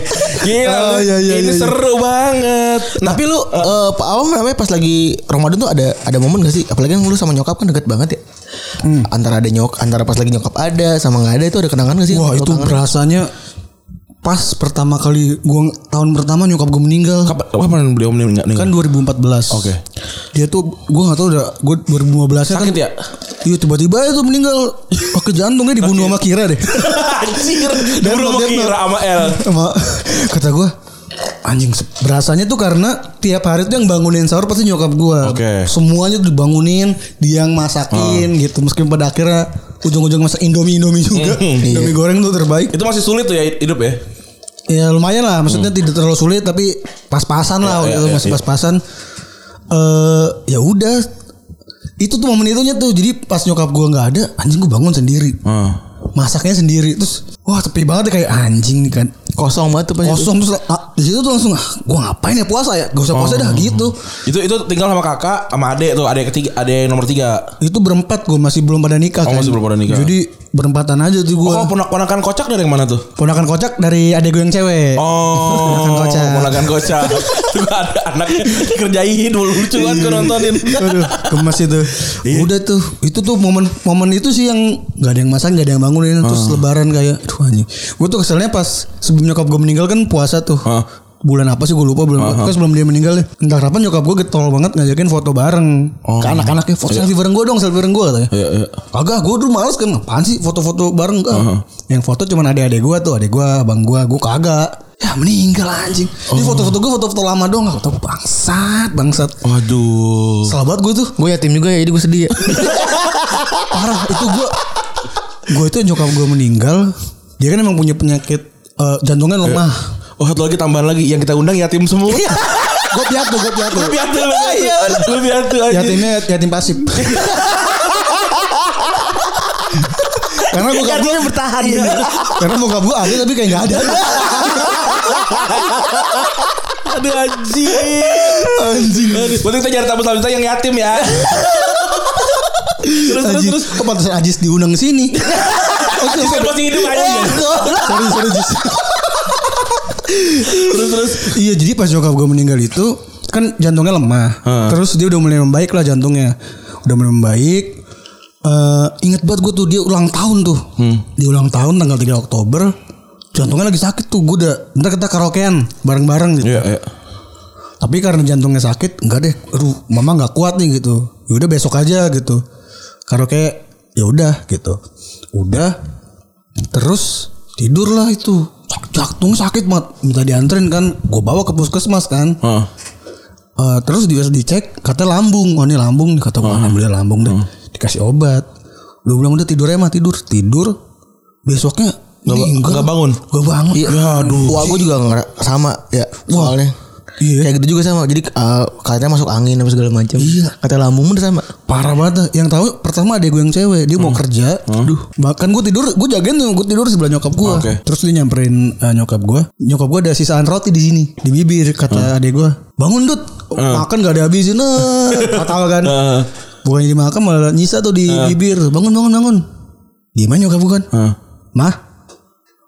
Gila.
Oh, iya, iya, iya,
ini
iya.
seru banget. Nah,
Tapi lu eh, Pak Awam namanya pas lagi Ramadan tuh ada ada momen gak sih? Apalagi kan lu sama nyokap kan deket banget ya.
Hmm.
Antara ada nyok antara pas lagi nyokap ada sama nggak ada itu ada kenangan gak sih?
Wah
Lu
itu
kangen?
berasanya pas pertama kali gua tahun pertama nyokap gue meninggal
kapan, kapan beliau meninggal?
kan 2014.
Oke.
Dia tuh gua nggak tahu udah gue 2015 -nya kan.
sakit ya?
Iya tiba-tiba itu meninggal pakai jantungnya dibunuh sama Kira deh.
Anjir.
Dan
Dulu mau
Moderna.
kira sama L.
Sama kata gua anjing se- berasanya tuh karena tiap hari tuh yang bangunin sahur pasti nyokap gua.
Oke.
Semuanya tuh dibangunin, dia yang masakin gitu. Meskipun pada akhirnya ujung-ujung masak Indomie Indomie juga. Indomie goreng tuh terbaik.
Itu masih sulit tuh ya hidup ya.
Ya lumayan lah, maksudnya tidak terlalu sulit tapi pas-pasan lah waktu
ya,
itu
ya,
masih
ya.
pas-pasan. Eh ya udah itu tuh momen itunya tuh jadi pas nyokap gua nggak ada anjing gua bangun sendiri
Heeh.
masaknya sendiri terus wah tepi banget ya, kayak anjing nih kan
Kosong banget tuh pasti.
kosong terus ah, di situ tuh langsung ah, gue ngapain ya puasa ya gak usah puasa
Oh.
dah gitu
Itu itu tinggal sama kakak sama adek tuh, adek ketiga, adek nomor tiga.
itu berempat gue masih belum pada nikah kan.
Oh, masih belum pada nikah.
jadi berempatan aja tuh gue
Oh, kalau ponak-ponakan kocak dari yang mana tuh?
ponakan kocak dari adek gue yang cewek
Oh,
Ponakan kocak.
Ponakan kocak. Itu ada anaknya kerjain dulu lucu banget gue nontonin. Iya.
Aduh, gemes itu. Udah tuh, itu tuh momen momen itu sih yang nggak ada yang masak, nggak ada yang bangunin
Ah.
terus lebaran kayak aduh anjing. Gue tuh keselnya pas sebelum nyokap gue meninggal kan puasa tuh.
Ah.
Bulan apa sih gue lupa bulan apa. Pokoknya sebelum dia meninggal deh. Entah kenapa nyokap gue getol banget ngajakin foto bareng.
Oh.
Ke anak-anaknya foto selfie bareng gue dong, selfie bareng gue katanya.
Iya, iya.
Kagak, gue dulu males kan. Apaan sih foto-foto bareng? Enggak. Yang foto cuman adek-adek gue tuh. Adek gue, abang gue. Gue kagak. Ya meninggal anjing. Ini
Oh.
foto-foto gue foto-foto lama dong. Foto bangsat, bangsat.
Waduh.
Salah banget gue tuh.
Gue yatim juga ya, jadi gue sedih ya.
Parah itu gue. Gue itu nyokap gue meninggal. Dia kan emang punya penyakit eh, jantungnya lemah.
Oh, satu lagi tambahan lagi yang kita undang yatim semua.
gue piatu, gue piatu.
Lu piatu, lu piatu. Lu piatu aja.
Yatimnya yatim pasif. Karena gue gak
Yatimnya bertahan.
Iya. Karena muka gue ada tapi kayak gak ada.
Aduh anjing. Anjing. Berarti kita cari tamu selanjutnya yang yatim ya. terus terus
Ajis,
terus.
kok pantesan Ajis diundang ke sini?
Anjing kan masih hidup anjing.
Sorry, sorry, Jis.
Terus terus.
Iya jadi pas nyokap gue meninggal itu kan jantungnya lemah.
Heeh.
Terus dia udah mulai membaik lah jantungnya. Udah mulai membaik. Eh ingat banget gue tuh dia ulang tahun tuh. Dia ulang tahun tanggal 3 Oktober. Jantungnya lagi sakit tuh. Gue udah ntar kita karaokean bareng-bareng gitu.
Iya, iya.
Tapi karena jantungnya sakit, enggak deh. Aduh, mama nggak kuat nih gitu. Yaudah besok aja gitu. Karaoke ya udah gitu. Udah terus tidurlah itu. Jantung sakit banget. Minta dianterin kan. Gue bawa ke puskesmas kan.
Heeh.
Eh, terus di dicek kata lambung. Oh ini lambung kata gue alhamdulillah lambung deh.
Hmm.
Dikasih obat. Lu bilang udah tidur ya mah tidur tidur. Besoknya
Nggak ba- nggak bangun? Iya.
Gak bangun.
aduh. Wah, gue juga ngera- sama ya. Soalnya.
Iya.
Kayak gitu juga sama. Jadi eh, katanya masuk angin apa segala macam.
Iya.
Kata lambung udah sama.
Parah banget dah. Yang tahu pertama ada gue yang cewek, dia mau kerja. Aduh, bahkan gue tidur, gue jagain tuh, gue tidur sebelah nyokap gue.
Oke.
Terus dia nyamperin eh, nyokap gue. Nyokap gue ada sisaan roti di sini, di bibir kata adek gue. Bangun, Dut. Makan gak ada habisin. eh." Ketawa kan.
Heeh.
Bukannya dimakan malah nyisa tuh di bibir. Bangun, bangun, bangun. Gimana nyokap gue kan?
Heeh.
Mah.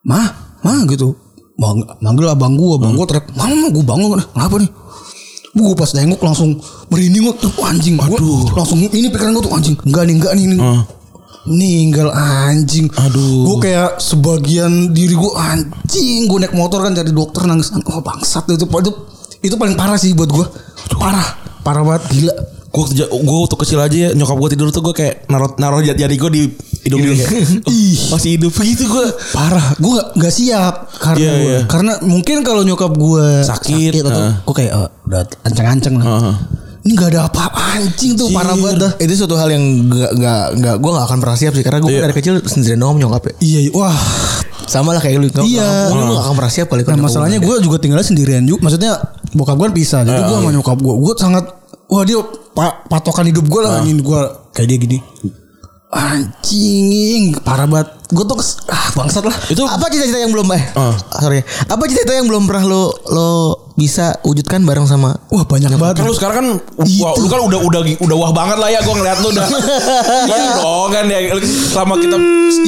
Mah, mah gitu. Bang, manggil abang gue, abang gue teriak, mama mah gue bangun, kenapa nih? Gue pas nengok langsung merinding gue tuh anjing gue langsung ini pikiran gue tuh anjing enggak nih enggak nih ini ninggal anjing
Aduh.
gue kayak sebagian diri gue anjing gue naik motor kan dari dokter nangis oh bangsat itu itu itu paling parah sih buat gue parah parah banget gila
Gue gue waktu kecil aja ya, nyokap gue tidur tuh gue kayak naruh naruh jari, jari gue di hidung dia kayak, "Oh, masih hidup gitu gue
parah gue gak, nggak siap karena
Iya,
gua-
iya.
karena mungkin kalau nyokap gue
Sakit,
atau
heeh.
gue kayak "Eh, udah ancang-ancang lah
Heeh. Iya.
ini gak ada apa anjing tuh parah
Cier.
banget dah
Itu suatu hal yang gak, gak, gak, gue gak akan pernah siap sih. Karena gue
Iya.
dari kecil sendirian doang sama nyokap ya.
iya iya. wah
Sama lah kayak lu. Nggak-
Iya.
Lu lu gak akan pernah siap kali.
nah,
kalau
masalahnya
nyokap
gue juga tinggalnya sendirian juga maksudnya bokap gue pisah jadi gue sama nyokap gue gue sangat wah dia pa- patokan hidup gue lah anjing gue kayak dia gini anjing parah banget gue tuh kes- ah bangsat lah
itu
Apa cita-cita yang belum eh? Sorry. Apa cita-cita yang belum pernah lo lo bisa wujudkan bareng sama
wah banyak banget
kan lu sekarang kan
Gitu.
wah, lu kan udah udah udah wah banget lah ya gue ngeliat lu udah kan dong kan ya selama kita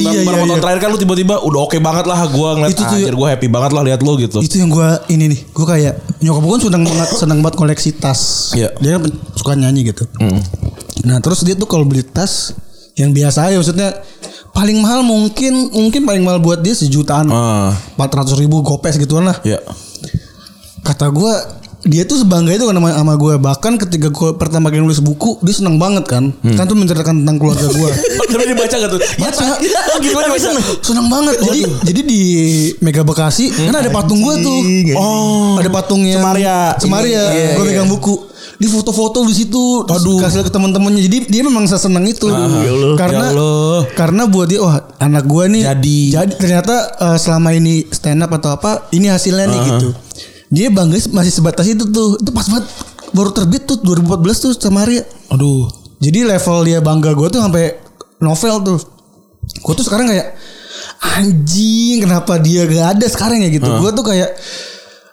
Iya,
beberapa
iya,
tahun
iya.
terakhir kan lu tiba-tiba udah oke banget lah gue ngeliat "Ah,
Itu tuh- ya."
anjir gue happy banget lah lihat lu gitu
Itu yang gue ini nih, gue kayak nyokap gue kan seneng banget, seneng banget koleksi tas.
Iya.
Dia kan pen- suka nyanyi gitu. Nah terus dia tuh kalau beli tas yang biasa ya maksudnya paling mahal mungkin mungkin paling mahal buat dia sejutaan
Ah.
empat ratus ribu gopes gituan lah.
ya
Kata gue dia tuh sebangga itu kan sama, sama gue bahkan ketika gue pertama kali nulis buku dia seneng banget kan
Hmm.
kan tuh menceritakan tentang keluarga gue
tapi dibaca gak tuh
Baca.
gimana dibaca
seneng banget Iya. jadi jadi di Mega Bekasi kan ada patung gue tuh oh ada patungnya
Semaria.
Semaria
Iya,
gue
iya.
megang buku di foto-foto di situ terus kasih lihat ke teman-temannya jadi dia memang seseneng itu karena
Ya Allah.
karena buat dia wah anak gue nih
Jadi.
jadi ternyata eh, selama ini stand up atau apa ini hasilnya nih
Uh-huh.
gitu dia bangga masih sebatas itu tuh itu pas banget baru terbit tuh 2014 tuh Samaria
aduh
jadi level dia bangga gue tuh sampai novel tuh. Gue tuh sekarang kayak anjing kenapa dia gak ada sekarang ya gitu. Gua tuh kayak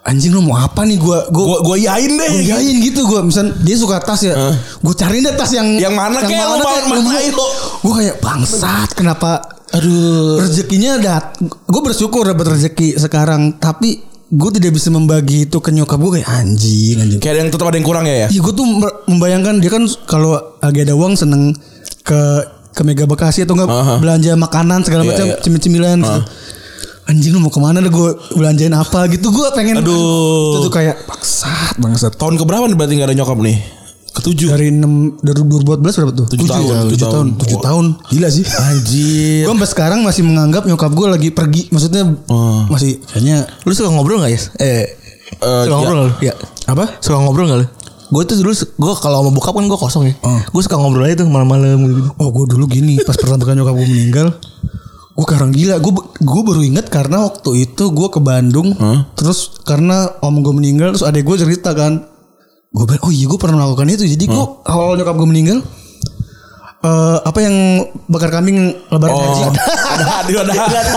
anjing lu mau apa nih gua gua
Uh-huh. Gua gua yain deh.
Gua yain gitu gua misal dia suka tas ya. Gue cariin deh tas yang
Yang mana kek, lu
kek.
bawa-
Gua-
ayo.
Gue kayak bangsat kenapa aduh rezekinya dat gue bersyukur dapat rezeki sekarang tapi gue tidak bisa membagi itu ke nyokap gue kayak anjing anjing
Kayak ada yang tetap ada yang kurang ya ya.
Iya gue tuh mer- membayangkan dia kan kalau lagi ada uang seneng ke ke Mega Bekasi atau enggak
Aha.
belanja makanan segala
Iya,
macam
iya.
cemil-cemilan gitu. Anjing lu mau kemana deh gue belanjain apa gitu gue pengen
Aduh.
itu tuh kayak bangsat bangsat
Tahun keberapa nih berarti gak ada nyokap nih? Ketujuh.
dari 6 dari 2012 berapa tuh?
Tujuh tahun,
7
tujuh
tahun,
tahun.
7 tahun. Gila sih.
Anjir.
Gue sampai sekarang masih menganggap nyokap gue lagi pergi, maksudnya
Oh.
masih kayaknya
Lu suka ngobrol gak ya? Eh,
Eh, iya.
suka ngobrol nggak lu? Iya.
apa?
Suka ngobrol gak lu? Gue tuh dulu gue kalau mau bokap kan gue kosong ya.
Oh.
Gue suka ngobrol aja tuh malam-malam gitu.
Oh gue dulu gini Pas pertama kali nyokap gue meninggal Gue karang gila Gue gue baru inget karena waktu itu gue ke Bandung Terus karena om gue meninggal Terus adek gue cerita kan Gue bilang oh iya gue pernah melakukan itu Jadi gue awal nyokap gue meninggal eh, Apa yang bakar kambing lebaran haji
Oh, ada ada ada. ada.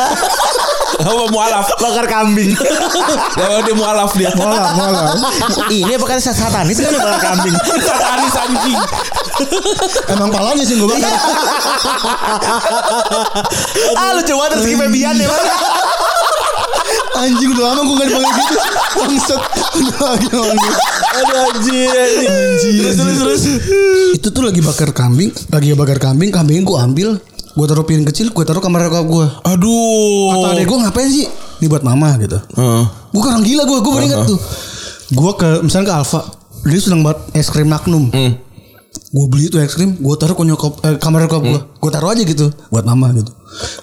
Apa mualaf?
Bakar kambing.
Dia dia mualaf dia.
Malah malah
Ini apa kan satanis kan bakar kambing.
Satanis anjing.
Emang palanya sih gue
Iya.
bakar
ah lucu banget Rizky Febian ya.
Anjing udah lama gue gak dipanggil gitu Bangset Udah lagi ngomong.
Aduh anjir. anjing. Terus terus terus.
itu tuh lagi bakar kambing lagi bakar kambing kambingnya gue ambil gue taruh piring kecil gue taruh kamar nyokap gue
Aduh.
oh. gue ngapain sih ini buat mama gitu
Heeh.
gue orang gila gue gue beringat tuh gue ke misalnya ke Alfa dia sedang buat es krim Magnum
Hmm.
gue beli tuh es krim gue taruh ke nyokap eh, kamar nyokap gue gue taruh aja gitu buat mama gitu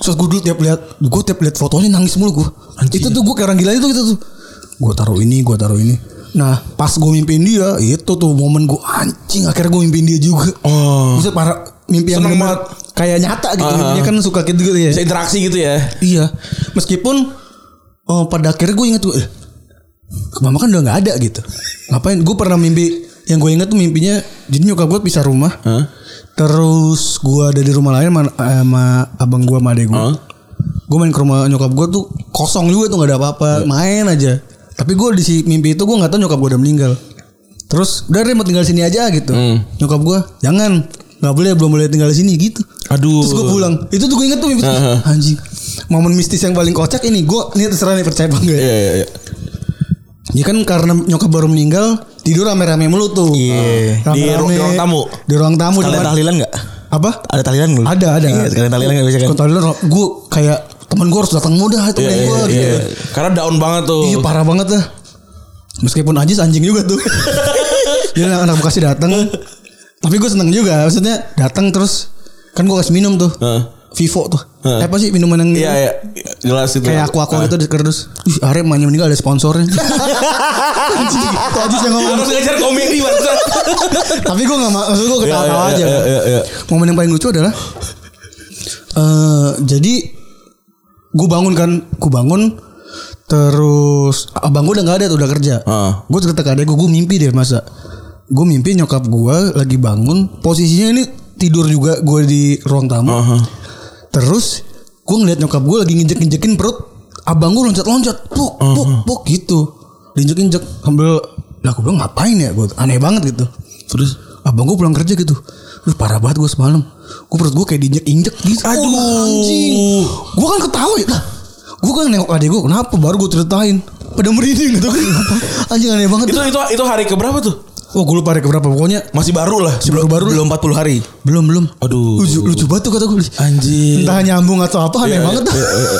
terus gue dulu tiap lihat gue tiap lihat fotonya nangis mulu gue itu tuh gue kayak orang gila itu gitu tuh gue taruh ini gue taruh ini nah pas gue mimpiin dia itu tuh momen gue anjing akhirnya gue mimpiin dia juga
Oh.
Maksudnya para mimpi yang
Seneng
benar kayak nyata gitu
Ah.
mimpinya kan suka gitu gitu ya
Bisa interaksi gitu ya.
Iya, meskipun oh, pada akhirnya gue inget tuh, eh, mama kan udah nggak ada gitu. Ngapain? Gue pernah mimpi yang gue inget tuh mimpinya jadi nyokap gue pisah rumah. Terus gue ada di rumah lain sama, sama abang gue sama adek gue. Gue main ke rumah nyokap gue tuh kosong juga tuh nggak ada apa-apa, main aja. Tapi gue di si mimpi itu gue nggak tahu nyokap gue udah meninggal. Terus udah deh mau tinggal sini aja gitu. Nyokap gue jangan nggak boleh belum boleh tinggal di sini gitu.
Aduh.
Terus gue pulang. Itu tuh gue inget tuh mimpi tuh. Anjing. Momen mistis yang paling kocak ini gue nih terserah nih percaya apa enggak ya.
Iya iya iya.
Ya kan karena nyokap baru meninggal tidur rame-rame mulu tuh. Ah,
Iya.
Rame-rame.
Di ru- di ruang tamu.
Di ruang tamu.
Kalian
di mana-
tahlilan gak?
Apa?
Ada tahlilan gak?
Ada ada.
Iya sekalian tahlilan gak bisa kan?
Kalau tahlilan gue kayak teman gue harus datang muda itu
Iya,
yeah,
iya,
gue gitu.
iya. Karena down banget tuh.
Iya parah banget lah. Meskipun Ajis anjing juga tuh. Dia anak, anak Bekasi datang. Tapi gue seneng juga. Maksudnya datang terus kan gue kasih minum tuh.
Heeh.
Vivo tuh.
Heeh.
Eh, apa sih minuman yang
Nah. Iya iya. Jelas itu.
Kayak aku aku
Ah.
gitu di kerdus. Ih, Arya mainnya meninggal ada sponsornya. Anjing, Tuh Ajis yang ngomong.
Harus ngajar komedi banget.
Tapi gue gak maksud gue ketawa
Iya,
ketawa
iya,
aja.
iya, iya, iya.
Momen yang paling lucu adalah eh jadi gue bangun kan, gue bangun terus abang gue udah nggak ada tuh udah kerja.
Heeh.
Gue cerita ke adek gue, gue mimpi deh masa. Gue mimpi nyokap gue lagi bangun, posisinya ini tidur juga gue di ruang tamu. Terus gue ngeliat nyokap gue lagi nginjek-nginjekin perut abang gue loncat-loncat, puk puk puk gitu, diinjek-injek sambil lah gue bilang ngapain ya gue aneh banget gitu. Terus abang gue pulang kerja gitu, lu parah banget gue semalam, gue perut gue kayak diinjek-injek gitu.
Aduh.
anjing, gue kan ketawa ya. Lah, gue kan nengok adik gue kenapa baru gue ceritain pada merinding gitu kan anjing aneh banget
Itu itu itu hari keberapa tuh?
wah gue lupa hari keberapa pokoknya
Masih baru lah.
baru baru
Belum 40 hari.
belum belum
Aduh.
lucu, lucu banget tuh kata gue
Anjir.
entah nyambung atau apa aneh
Iya,
banget
iya,
tuh
iya, iya.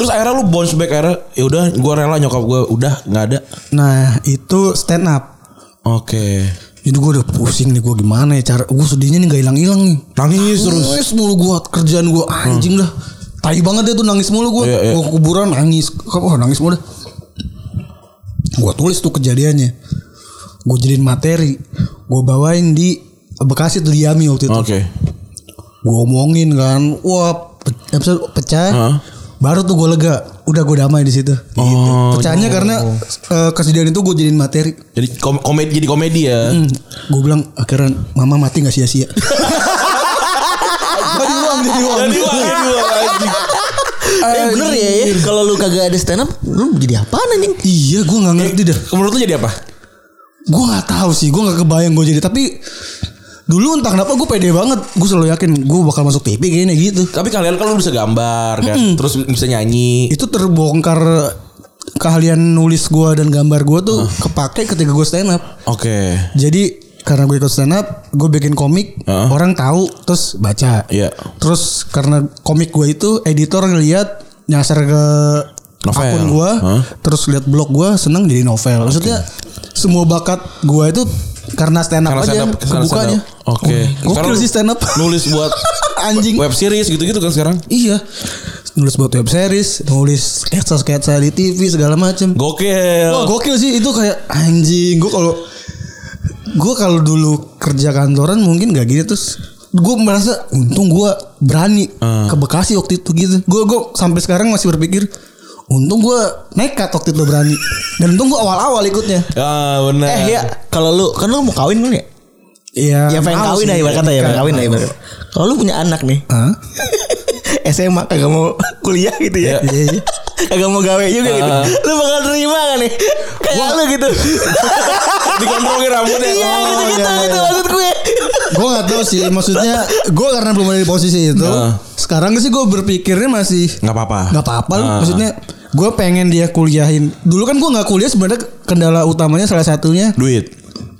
Terus akhirnya lu bounce back akhirnya ya udah gua rela nyokap gua udah nggak ada.
Nah itu stand up
Oke.
Jadi gue udah pusing nih gue gimana ya cara Gue sedihnya nih gak hilang-hilang nih
Nangis terus.
Nangis mulu gue kerjaan gue anjing dah Tai banget ya tuh nangis mulu gue
Hmm. Iya, iya.
Gue kuburan nangis Wah nangis mulu dah Gue tulis tuh kejadiannya Gue jadiin materi Gue bawain di Bekasi tuh di Yami waktu itu
Oke.
Gue omongin kan Wah pe- episode pecah
Hah?
Baru tuh gue lega Udah gue damai di situ
Oh,
Pecahnya karena eh, Kesedihan itu gue jadiin materi
Jadi kom- komedi jadi komedi ya.
gue Hmm. bilang akhirnya mama mati nggak sia-sia jadi uang jadi uang
Jadi wah, jadi wah, anjing.
Eh bener ya, ya. kalau lu kagak ada stand up, lu jadi apaan anjing?
Iya gue gak ngerti dah
Menurut lu jadi apa?
Gue gak tahu sih Gue gak kebayang gue jadi Tapi Dulu entah kenapa gue pede banget Gue selalu yakin Gue bakal masuk TV kayaknya gitu
Tapi kalian kan lu bisa gambar kan, terus bisa nyanyi.
Itu terbongkar Keahlian nulis gue dan gambar gue tuh Kepake ketika gue stand up
Oke.
Jadi karena gue ikut stand up, gue bikin komik,
Heeh.
orang tahu terus baca.
Iya.
Terus karena komik gue itu editor ngeliat nyasar ke
Novel.
akun gue,
Heeh.
terus lihat blog gue seneng jadi novel. Maksudnya semua bakat gue itu karena stand up
Karena
aja
stand up- karena
kebukanya. Oh,
stand up. Oke.
Gokil
Sekarang
sih stand up.
Nulis buat
Anjing.
web series gitu-gitu kan sekarang.
iya. Nulis buat web series, nulis sketsa-sketsa di TV segala macem.
Gokil.
Wah gokil sih itu kayak anjing gue kalau gue kalau dulu kerja kantoran mungkin gak gini terus gue merasa untung gue berani ke Bekasi waktu itu gitu gue gue sampai sekarang masih berpikir untung gue nekat waktu itu berani dan untung gue awal-awal ikutnya
Ah, benar.
Eh ya, kalau lu kan lu mau kawin kan ya?
Iya
Ya pengen
mau
kawin
sih.
lah ibarat kata ya, pengen kawin lah ibarat. kata. Kalau lu punya anak nih,
Hah?
SMA kagak mau kuliah gitu ya.
Iya, iya.
Kagak mau gawe juga gitu. Lu bakal terima kan nih? Kayak lu gitu.
Dikontrolin rambutnya.
Iya
Oh,
gitu-gitu
iya,
gitu maksud gue.
gue gak tahu sih maksudnya gue karena belum ada di posisi itu
Nah.
sekarang sih gue berpikirnya masih
Nggak apa-apa.
nggak apa-apa lah.
Ah.
maksudnya gue pengen dia kuliahin dulu kan gue nggak kuliah sebenarnya kendala utamanya salah satunya
Duit.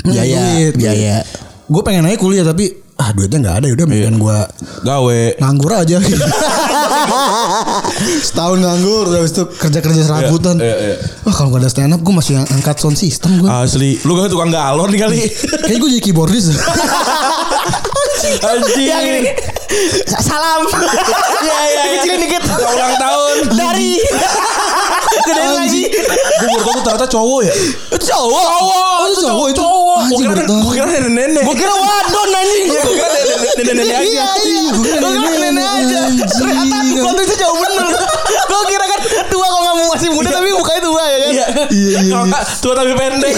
Biaya, biaya.
gue pengen aja kuliah tapi ah duitnya nggak ada yaudah mendingan gue
Gawe.
nganggur aja setahun nganggur habis itu kerja kerja serabutan
Iya, iya, iya.
wah kalau gak ada stand up gue masih ang- angkat sound system gue
Asli, lu kan tukang galon nih kali.
kayak gue jadi keyboardis
Anjing.
Yang ini. Salam.
Iya, iya, iya.
Kecilin dikit.
Udah ulang tahun.
Dari. Gedein lagi.
Gue baru tahu ternyata cowok ya.
Itu cowok.
Oh,
Cowok, itu cowok, itu cowok. Gua
Anjing,
kira-
baru tahu.
Gua kira nenek-nenek.
Gue kira wadon anjing.
Gua kira nenek-nenek aja.
Iya, iya.
Gua kira
Gue kira nenek
nenek
aja.
aja. Iya.
Ternyata kontennya jauh bener. Gue kira kan tua kok nggak mau masih muda tapi mukanya tua ya kan.
Iya.
Iya, iya,
Kalau
iya.
nggak, tua tapi pendek.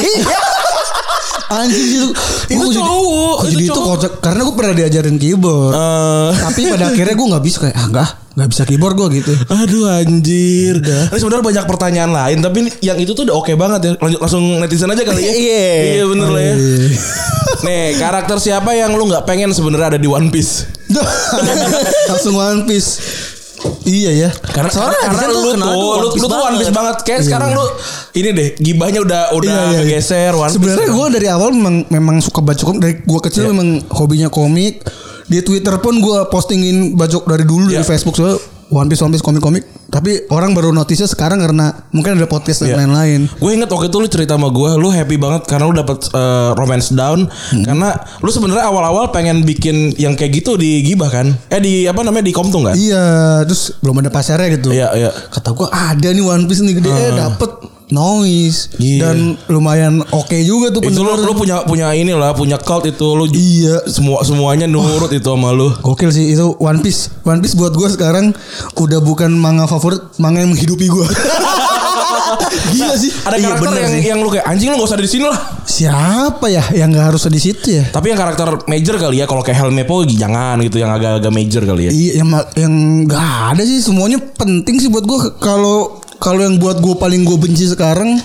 anjing itu
Itu cowok,
jadi,
itu
jadi itu
cowok.
kocak karena gue pernah diajarin keyboard
Eh,
tapi pada akhirnya gue nggak bisa kayak ah nggak nggak bisa keyboard gue gitu
Aduh anjir. Ini sebenarnya banyak pertanyaan lain tapi yang itu tuh udah oke banget ya. Lanjut langsung netizen aja kali ya.
Iya.
Iya bener lah ya. Nih, karakter siapa yang lu nggak pengen sebenarnya ada di One Piece?
Dah, langsung one piece iya ya
Karena
Soalnya
karena
netizen tuh
lu tuh
kenal tuh
lu,
One Piece
lu tuh One Piece
banget.
banget. Kayak sekarang lu ini deh gibahnya udah udah
Iya, iya, iya.
geser One Piece.
Sebenarnya gue dari awal memang, memang suka baca komik dari gue
Iya.
kecil memang hobinya komik. Di Twitter pun gue postingin baca dari dulu
Iya.
dari Facebook soalnya One Piece One Piece komik-komik. Tapi orang baru notice sekarang karena mungkin ada podcast
Iya.
dan lain-lain.
Gue inget waktu itu lu cerita sama gue, lu happy banget karena lu dapet eh, romance down,
Hmm.
karena lu sebenarnya awal-awal pengen bikin yang kayak gitu di gibah kan? Eh di apa namanya di Komtung kan?
Iya, terus belum ada pasarnya gitu.
Iya, iya.
Kata gue ada nih One Piece nih gede eh, dapet noise
Iya.
dan lumayan oke juga tuh
Itu lu,
pendengar.
lu punya punya inilah, punya cult itu lu
Iya.
semua semuanya nurut itu sama lu.
Gokil sih itu One Piece. One Piece buat gue sekarang udah bukan manga favorit, manga yang menghidupi gue. Gila sih.
Ada
Iya,
karakter
bener
yang
sih.
yang lu kayak anjing lu gak usah ada di sini lah.
siapa ya yang nggak harus di situ ya?
Tapi yang karakter major kali ya, kalau kayak Helmepo jangan gitu yang agak-agak major kali ya.
Iya yang ma- yang nggak ada sih semuanya penting sih buat gue kalau kalau yang buat gue paling gue benci sekarang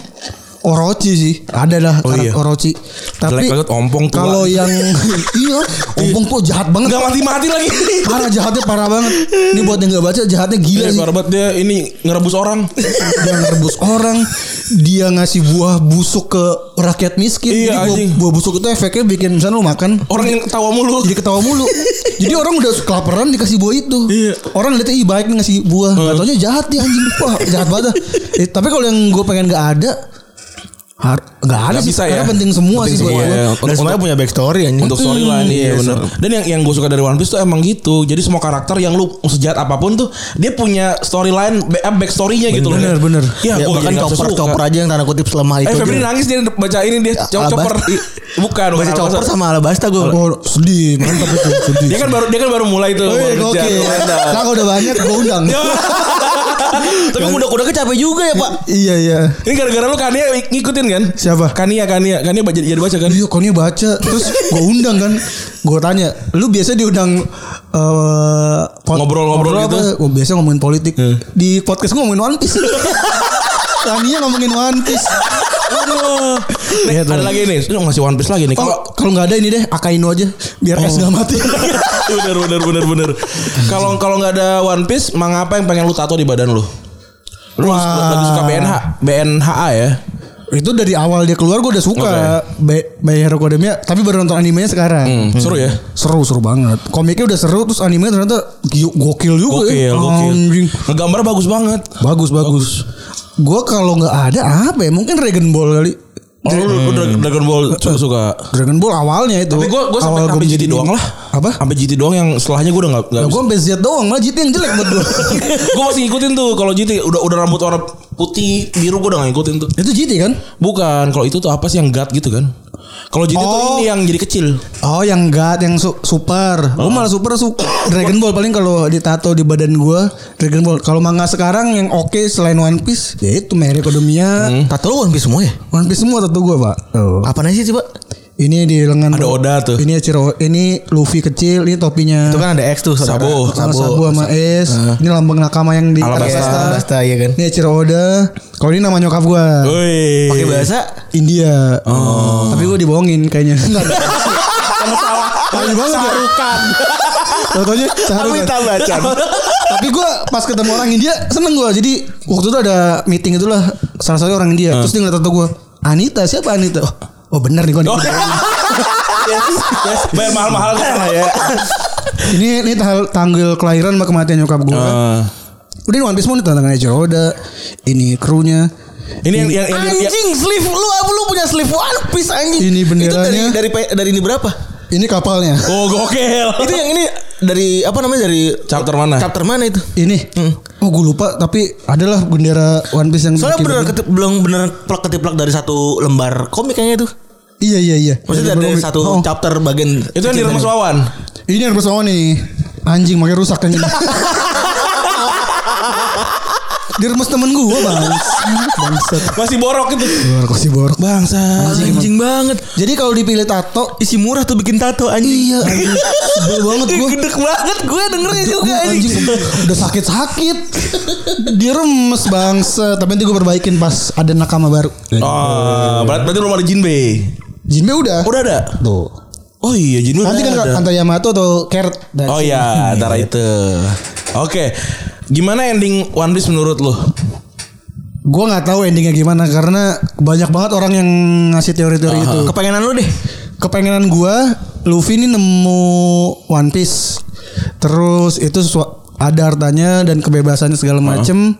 Orochi sih ada lah
Oh,
karakter
iya.
Orochi tapi
Jelek banget, ompong tua.
kalau yang iya ompong tuh jahat banget
Gak mati-mati lagi.
parah jahatnya parah banget ini buat yang nggak baca jahatnya gila
Iya,
sih
barbat dia ini ngerebus orang.
dia ngerebus orang dia ngasih buah busuk ke rakyat miskin jadi
Iya, anjing.
buah, buah busuk itu efeknya bikin misalnya lu makan oh,
Orang yang ketawa mulu.
jadi ketawa mulu jadi orang udah kelaparan dikasih buah itu
Iya.
orang lihatnya ih baik nih ngasih buah nggak taunya jahat nih anjing wah jahat banget dah. Eh, tapi kalau yang gue pengen nggak ada har- nggak ada
Nggak
sih
bisa
karena
ya.
penting semua sih buat
semua.
gue
Iya, untuk-
Dan semuanya punya backstory anjing.
untuk storyline
Hmm,
iya
iya,
benar. Dan yang yang gue suka dari One Piece tuh emang gitu. Jadi semua karakter yang lu sejahat apapun tuh dia punya storyline ba- eh, backstorynya gitu loh.
Bener, bener.
Ya,
Ya,
gua
bukan
coper
chopper chopper aja yang tanda kutip selama itu.
Eh Febri
aja.
nangis dia Ah, iya. baca ini dia co-
Alabas-
chopper.
i-
Bukan, bukan
Baca
Alabas.
chopper sama alabasta gue.
oh sedih mantap itu sedih
kan Dia kan baru Iya. dia kan baru mulai tuh.
Oh, iya,
baru
oke
kerja. Ya,
Lah, kalau udah banyak gue undang
Tapi kuda-kuda capek juga ya pak.
Kan- Iya iya.
Ini gara-gara lu Kania ngikutin kan?
Siapa?
Kania, Kania. Kania baca, jadi baca kan?
Iya Konya baca Terus gue undang kan Gue tanya Lu biasa diundang eh, pot- ngobrol
Ngobrol-ngobrol gitu? Iya.
apa? Gua biasa ngomongin politik Di podcast gue ngomongin One Piece Tania ngomongin One Piece
Aduh. Nih,
Iya, tuh.
ada lagi nih. Lu ngasih One Piece lagi nih.
Kalau
Kalau
kalau nggak ada ini deh Akainu aja Biar
Oh.
es gak mati
bener bener bener bener. Kalau kalau nggak ada One Piece, mang apa yang pengen lu tato di badan lu? Lu lagi suka BNH, BNHA ya?
Itu dari awal dia keluar gue udah suka Bay, Bay Hero Academia Tapi baru nonton animenya sekarang
Hmm, seru ya?
Seru seru banget Komiknya udah seru Terus animenya ternyata gi- Gokil juga
Gokil,
ya
gokil.
Anjing.
Oh, iya. Ngegambar bagus banget.
Bagus bagus. Gue kalau nggak ada apa ya? Mungkin Dragon Ball kali.
Oh, lu, lu Dra- Dragon Ball suka. suka.
Dragon Ball awalnya itu.
Tapi gue gue sampai
Awal
sampai
gua
GT
jadi-
doang lah.
Apa?
Sampai GT doang yang setelahnya gue udah nggak nggak.
Nah, gue sampai Z doang malah GT yang jelek buat gue.
gue masih ngikutin tuh kalau GT udah udah rambut warna putih biru gue udah gak ngikutin tuh.
itu GT kan?
Bukan, kalau itu tuh apa sih yang God gitu kan? Kalau GT tuh
Oh.
ini yang jadi kecil.
Oh yang God yang su- super.
Ah.
Gue malah super suka Dragon Ball paling kalau ditato di badan gue Dragon Ball. Kalau manga sekarang yang oke selain One Piece ya itu Mary Kodomia.
Tato lu One Piece semua ya?
Hmm.
One Piece semua tato gue pak. Oh.
Apa nasi sih pak?
Ini di lengan
Ada Oda tuh.
Ini Ciro, ini Luffy kecil, ini topinya.
Itu kan ada X tuh saudara.
Sabo.
Sama Sabu sama Es. Ini lambang nakama yang di
Alabasta.
Alabasta.
Alabasta iya kan.
Ini Echiro Oda. Kalau ini nama nyokap gua.
Woi.
Pakai bahasa
India. Tapi gua dibohongin kayaknya. Enggak. Oh. Kamu salah. banget ya. Contohnya sarukan.
Minta bacan.
Tapi gua pas ketemu orang India seneng gua. Jadi waktu itu ada meeting itulah salah satu orang India. Terus dia ngeliat tato gua. Anita siapa Anita? Oh, oh benar nih gua. nih.
Oh. yes, yes. Bayar mahal-mahal kan lah
Iya.
ya.
ini ini tanggal, tanggal kelahiran sama kematian nyokap gua.
Eh,
Udah di One Piece mau nih tantangan Echiro Oda. Ini krunya.
ini yang
iya,
yang, yang, yang-
Anjing sleeve lu apa lu punya sleeve One Piece anjing.
Ini
Itu dari
benderanya.
dari pe- dari ini berapa?
Ini kapalnya.
Oh gokil.
Itu yang ini dari apa namanya dari
Chapter mana?
chapter mana itu?
Ini. Oh gue lupa tapi adalah bendera One Piece yang
Soalnya
bikin-
beneran ketip, belum beneran plak ketiplak dari satu lembar komik kayaknya tuh.
Iya iya iya.
Maksudnya
Bendera
dari
komik.
satu
Oh,
chapter bagian
itu yang di rumah Wawan.
Ini yang bersama nih. Anjing makin rusak kan ini. Di rumah temen gue bang. Bangsat.
Masih borok itu.
Borok si borok bangsa.
anjing, anjing banget.
Jadi kalau dipilih tato
Isi murah tuh bikin tato anjing.
Iya anjing Sebel banget
Ih,
gue
Gedek banget gue dengernya juga anjing.
Anjing udah sakit-sakit Diremes bangsa Tapi nanti gue perbaikin pas ada nakama baru
Oh, berarti, berarti belum ada Jinbe.
Jinbe udah
Udah ada.
Tuh
Oh iya Jinbe.
Nanti
udah
kan
ada.
antara Yamato atau Carrot Nah,
Oh iya, antara itu. Oke. Gimana ending One Piece menurut lu?
Gue nggak tahu endingnya gimana karena banyak banget orang yang ngasih teori-teori itu.
Kepengenan lu deh.
Kepengenan gue, Luffy ini nemu One Piece. Terus itu sesua- ada hartanya dan kebebasannya segala macem.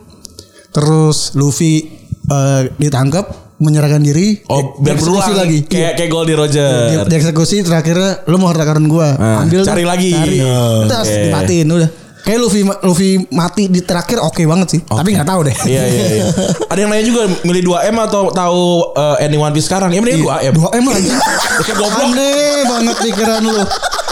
Terus Luffy eh, ditangkap, menyerahkan diri,
Oh,
di-
biar
dieksekusi
berulang
Eh, lagi.
lagi. Kayak kayak Goldie Roger.
Iya, di- dieksekusi terakhirnya lu mau harta karun gue,
Ah,
ambil
cari
tuh,
lagi.
cari.
Oh,
Terus
oke.
dimatiin udah. Kayak Luffy Luffy mati di terakhir oke banget sih, tapi nggak tahu deh.
Iya iya iya. Ada yang nanya juga milih 2M atau tahu eh, ending One Piece sekarang? Ya mending 2M.
Dua M aja.
Oke goblok.
Aneh banget pikiran lu.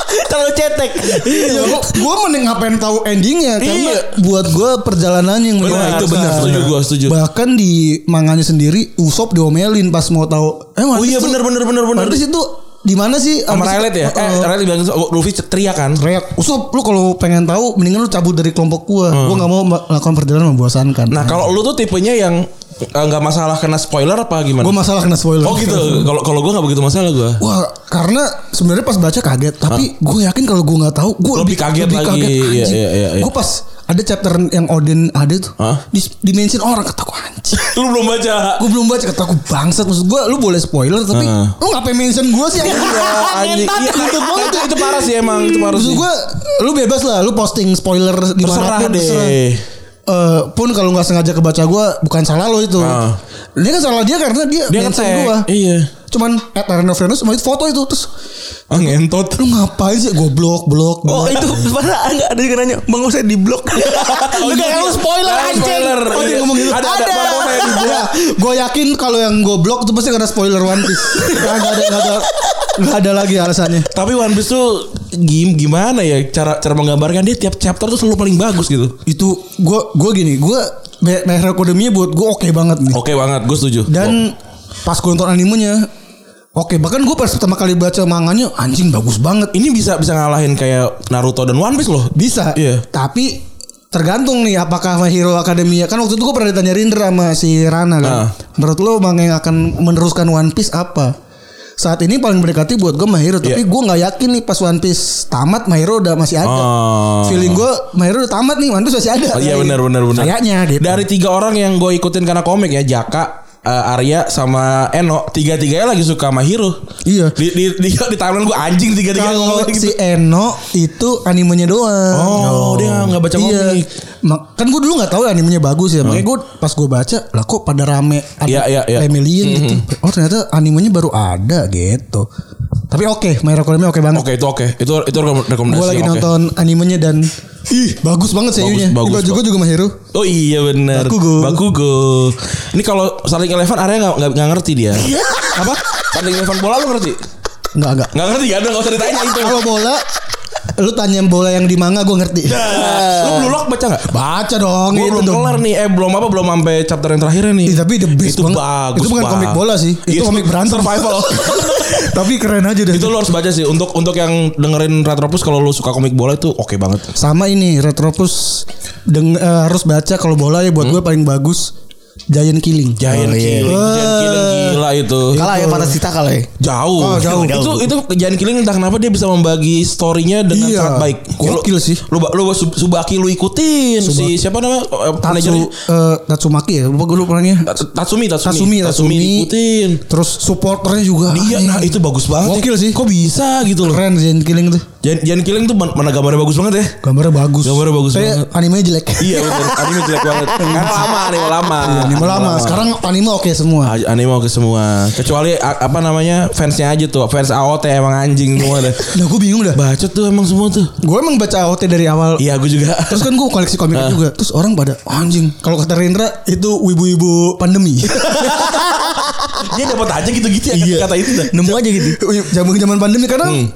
Terlalu cetek.
Iya, gua, gua mending ngapain tahu endingnya karena
Iya.
buat gua perjalanan yang
Benar,
menyenangkan.
itu benar. Setuju gua, setuju.
Bahkan di manganya sendiri Usop diomelin pas mau tahu. Eh,
Oh iya benar benar benar benar.
Berarti situ di mana sih Abis
Sama
itu-
Rayleigh ya? Eh
Heeh.
Rayleigh bilang oh, Luffy teriak kan?
Reak, Usop lu kalau pengen tahu mendingan lu cabut dari kelompok gua. Gua nggak mau melakukan perjalanan membosankan.
Hmm. Nah kalau lu tuh tipenya yang eh, nggak masalah kena spoiler apa gimana?
gua masalah kena spoiler.
oh gitu. Kalau kalau gue nggak begitu masalah gue.
Wah, karena sebenarnya pas baca kaget, tapi gue yakin kalau gue nggak tahu, gue
Lebih kaget lagi. Iya,
anjing.
iya, iya, iya.
Gue pas ada chapter yang Odin ada tuh,
Hah?
di dimention orang kata gue anjing.
Lu belum baca.
Gue belum baca kata gue bangsat maksud gue, lu boleh spoiler tapi
Heeh.
lu ngapain mention gue sih? anjing?
Anjing. Iya, itu, itu, itu parah sih emang itu parah
maksud
sih.
gue, lu bebas lah, lu posting spoiler di mana
Terserah
pun,
deh.
Eh, pun kalau nggak sengaja kebaca gue, bukan salah lo itu.
Ah.
Dia kan salah dia karena dia,
Dia
mention
ngetek.
gua.
Iya.
Cuman at Arena of Venus sama itu foto itu terus
Ah ngentot.
lu ngapain sih goblok blok
Oh itu masa enggak ada yang nanya Bang Usai di blok.
iya.
Lu kayak lu spoiler
Jangan
anjing.
spoiler.
Oh, dia
Iya.
ngomong gitu.
Ada, ada.
Ada. Iya.
Bang Usai di blok.
gue yakin kalau yang goblok itu pasti ada spoiler One Piece. Gak ada, gak ada. Gak ada lagi alasannya.
Tapi One Piece tuh gim- gimana ya cara cara menggambarkan dia tiap chapter tuh selalu paling bagus gitu.
Itu gue gue gini, gue My Hero Academia buat gue oke banget nih.
Oke banget, gue setuju.
Dan pas gue nonton animenya, oke bahkan gue pas pertama kali baca manganya anjing bagus banget.
ini bisa bisa ngalahin kayak Naruto dan One Piece loh.
Bisa.
Iya.
Tapi tergantung nih apakah My Hero Academia kan waktu itu gue pernah ditanya Rindra sama si Rana kan.
Ah.
Menurut lo manga yang akan meneruskan One Piece apa? Saat ini paling mendekati buat gue My Hero tapi
Iya.
gue nggak yakin nih pas One Piece tamat My Hero udah masih ada.
Oh.
Feeling gue My Hero udah tamat nih One Piece masih ada.
Oh, iya benar benar benar.
Kayaknya gitu.
Dari tiga orang yang gue ikutin karena komik ya Jaka, eh, Arya sama Eno, tiga tiganya lagi suka sama Hiro.
Iya.
Di di di, di timeline gue anjing tiga tiga
Kalau
ngomong gitu.
si Eno itu animenya doang. Iya.
Oh, dia nggak baca komik. Hmm.
Ma- kan gue dulu nggak tahu animenya bagus ya. Makanya gue pas gue baca lah kok pada rame ada
Iya, iya, iya.
Emilian gitu. Oh ternyata animenya baru ada gitu. Tapi oke, My Hero Academia oke banget.
Oke itu oke itu itu rekom- rekomendasi.
Gue lagi
yang oke.
nonton animenya dan ih bagus banget seiyunya. Juga
bagus,
juga
bagus.
juga My Hero.
Oh iya benar.
Bakugo.
Bakugo. Ini kalau saling eleven Arya nggak nggak- nggak ngerti dia.
Iya.
Apa? Saling eleven bola lu ngerti?
Enggak enggak.
Nggak ngerti ya udah nggak usah ditanya itu.
Kalau bola lu tanya bola yang di manga gue ngerti.
Nah, Lu Blue Lock baca nggak?
Baca dong itu
Gue belum
Iya. Gitu dong.
kelar nih Eh belum apa Belum sampai chapter yang terakhirnya nih
Ih, Iya, tapi the best
Iya, Itu
banget.
bagus
Itu bukan
banget.
komik bola sih. Itu
Iya,
komik berantem.
Survival
Tapi keren aja deh.
Itu lu harus baca sih Untuk untuk yang dengerin Retropus Kalau lu suka komik bola itu Oke banget
Sama ini Retropus deng- eh, harus baca kalau bola ya buat gue paling bagus Giant Killing.
Hmm?
Oh, iya. Eh,
Giant Killing Giant Killing gila itu
Kalah ya Fantasita kalah ya.
Jauh.
Oh, jauh.
Itu itu Giant Killing entah kenapa dia bisa membagi story-nya dengan
Iya.
sangat baik.
Gokil
Lu-
sih.
Lu lu Sub- Subaki lu ikutin si siapa namanya? Eh, manajernya.
Tatsu eh, Tatsumaki ya, lupa gue lupa orangnya.
Tatsumi, Tatsumi.
Tatsumi, Tatsumi.
ikutin.
Terus supporternya juga.
Iya, nah itu bagus banget.
Gokil sih.
Kok bisa gitu loh.
keren Giant Killing tuh.
Jan, Jan Killing tuh man- mana gambarnya bagus banget ya?
Gambarnya bagus.
Gambarnya bagus
Tapi
banget.
Animenya jelek.
Iya bener Anime jelek banget Karena lama Anime lama
Anime lama. Sekarang anime oke semua.
A- Anime oke semua Kecuali a- apa namanya Fansnya aja tuh Fans AOT emang anjing semua deh
Lah gue Nah, bingung dah.
Bacot tuh emang semua tuh
Gue emang baca OT dari awal.
Iya gue juga
Terus kan gue koleksi komik
Ah.
juga. Terus orang pada anjing. Kalau kata Rendra itu wibu-wibu pandemi.
Dia dapat aja gitu-gitu ya
Iya,
kata itu dah
Nemu aja gitu.
zaman zaman pandemi kadang
Hmm.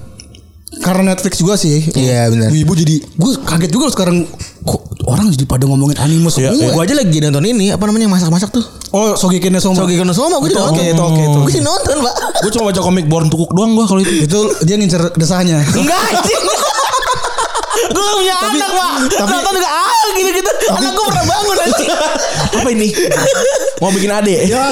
karena Netflix juga sih.
Hmm. Iya, benar.
Ibu jadi gue kaget juga loh sekarang kok orang jadi pada ngomongin anime semua.
Iya,
ya?
Gue aja lagi nonton ini apa namanya yang masak-masak tuh.
Oh, Sogekine Soma.
Sogi Kono Soma gue
Itu
udah nonton.
oke, itu oke, itu
Gue
oke.
sih nonton, Pak.
Gue cuma baca komik Born to Cook doang gue kalau itu
Itu dia ngincer desahnya.
Enggak anjing. Gue gak punya anak, Pak.
tapi-
Nonton juga ah gitu-gitu. Anak gue pernah bangun anjing.
Apa ini? Mau bikin ade Iya.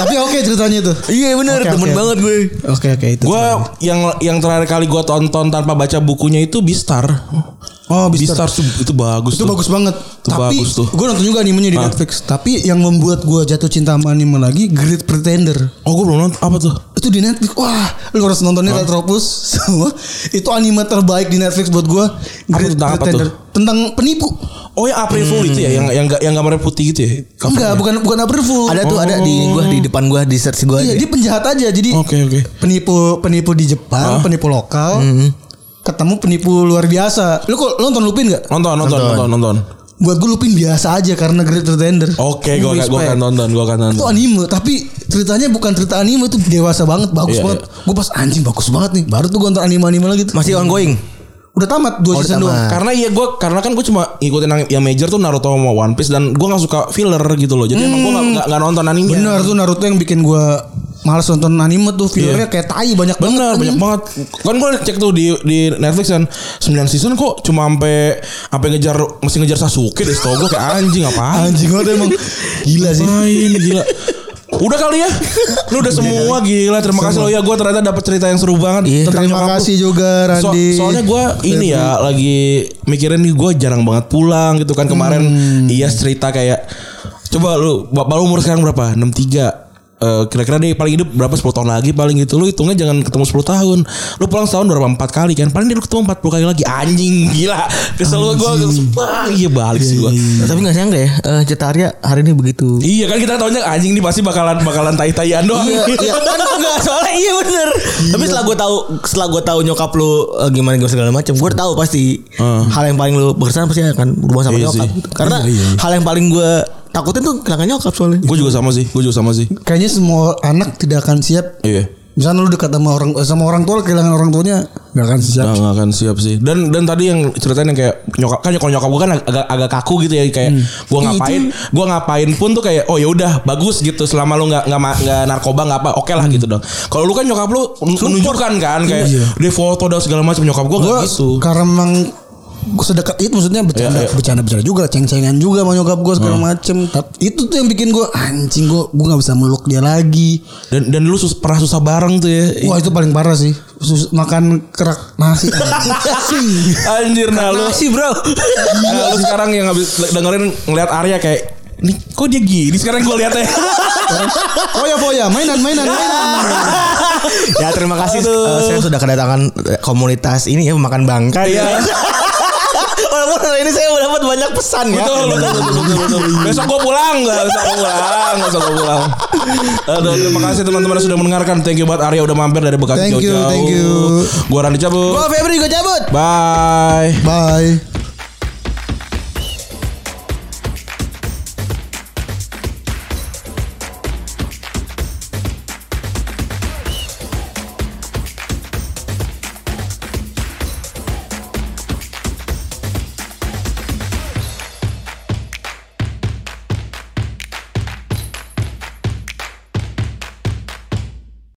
Tapi oke ceritanya itu.
Iya bener,
Oke,
temen
oke.
banget gue.
Oke oke itu.
Gue yang yang terakhir kali gue tonton tanpa baca bukunya itu Bistar.
oh
Bistar itu bagus.
Itu
tuh.
bagus banget. tapi
bagus tuh.
gue nonton juga animenya di
Ah.
Netflix. Tapi yang membuat gue jatuh cinta sama anime lagi Great Pretender.
Oh gue belum nonton apa tuh?
itu di Netflix wah lu harus nontonnya Retropus semua itu anime terbaik di Netflix buat gua Great
tentang apa
Pretender.
tuh?
tentang penipu
Oh ya April Fool itu ya yang yang ga- yang gambarnya putih gitu ya. Covernya.
enggak bukan bukan April Fool
Ada tuh ada di gue di depan gue di search gue.
iya
aja.
dia penjahat aja jadi
Oke oke.
penipu penipu di Jepang penipu lokal
Hmm.
ketemu penipu luar biasa lu kok lu nonton Lupin nggak
Nonton nonton nonton nonton.
buat gua Lupin biasa aja karena Great Pretender
Oke gue akan gue akan nonton gue akan
itu
nonton.
anime tapi ceritanya bukan cerita anime itu dewasa banget bagus
Iya,
banget gua pas anjing bagus banget nih baru tuh gua nonton anime anime lagi tuh.
Masih ongoing.
udah tamat dua
Oh, udah
season doang
tamat.
Karena iya gue karena kan gue cuma ngikutin yang, yang major tuh Naruto sama One Piece dan gue nggak suka filler gitu loh. Jadi emang gue nggak nggak nonton anime.
Bener tuh Naruto yang bikin gua males nonton anime tuh filmnya kayak tai banyak banget.
Bener
anjing.
banyak banget. Kan gue cek tuh di di Netflix kan 9 season kok cuma sampai sampai ngejar mesti ngejar Sasuke deh setahu gue kayak anjing apaan.
Anjing banget emang gila sih.
Main gila. Udah kali ya. Lu udah semua gila. Terima kasih lo ya gue ternyata dapat cerita yang seru banget tentang
Iya. Terima
nyokap lu.
kasih juga
So-
Randi.
soalnya gue ini ya lagi mikirin nih gue jarang banget pulang gitu kan kemarin
Hmm.
iya cerita kayak coba lu bapak lu umur sekarang berapa 63 Eh, kira-kira dia paling hidup berapa 10 tahun lagi paling gitu lu hitungnya jangan ketemu 10 tahun lu pulang setahun berapa 4 kali kan paling dia lu ketemu 40 kali lagi anjing gila kesel gue wah iya balik sih gue
Tapi gak nyangka ya, eh, cerita Arya hari ini begitu.
Iya kan kita taunya anjing ini pasti bakalan bakalan tai-taian doang.
Iya, iya. Kan enggak soalnya iya bener. Tapi setelah gue tahu setelah gue tahu nyokap lu eh, gimana gimana segala macam, gue tahu pasti hal yang paling lu berkesan pasti akan berubah
Iya
sama nyokap.
sih.
Karena
Iya, iya, iya.
hal yang paling gue takutin tuh kehilangan nyokap soalnya.
Gue juga sama sih, gue juga sama sih.
Kayaknya semua anak tidak akan siap
Iya.
misalnya lu dekat sama orang sama orang tua kehilangan orang tuanya nggak akan siap
Nah, nggak akan siap sih. Dan dan tadi yang ceritanya yang kayak nyokap kan kalau nyokap gue kan ag- agak agak kaku gitu ya kayak gua ngapain gua ngapain pun tuh kayak oh ya udah bagus gitu selama lu nggak nggak ma- nggak narkoba nggak apa oke lah gitu dong. Kalau lu kan nyokap lu men- menunjukkan kan kayak dia foto dan segala macam nyokap gua
gue
nggak gitu.
karena memang gua sedekat itu maksudnya bercanda
Iya, iya.
bercanda bercanda juga ceng-cengan juga sama nyokap gue segala macem tapi itu tuh yang bikin gue anjing gue gue nggak bisa meluk dia lagi
Dan dan lu sus, pernah susah bareng tuh ya.
wah itu paling parah sih Sus- makan kerak nasi nasi
Anjir nah lu.
Masih bro.
Nah, lu sekarang yang habis dengerin ngeliat Arya kayak nih kok dia gini sekarang gua liatnya.
Foya foya mainan mainan mainan.
ya terima kasih.
Aduh.
eh, saya sudah kedatangan eh, komunitas ini ya makan bangka ya.
Iya.
Walaupun hari ini saya dapat banyak pesan ya.
Betul, betul, betul, betul, betul. Gitu. Besok gue pulang nggak? Besok gue pulang, besok gue pulang. Aduh, terima kasih teman-teman yang sudah mendengarkan. Thank you buat Arya udah mampir dari Bekasi
Thank you,
jauh-jauh.
thank you.
Gue Randy cabut.
Gua Febri gue cabut.
Bye.
Bye.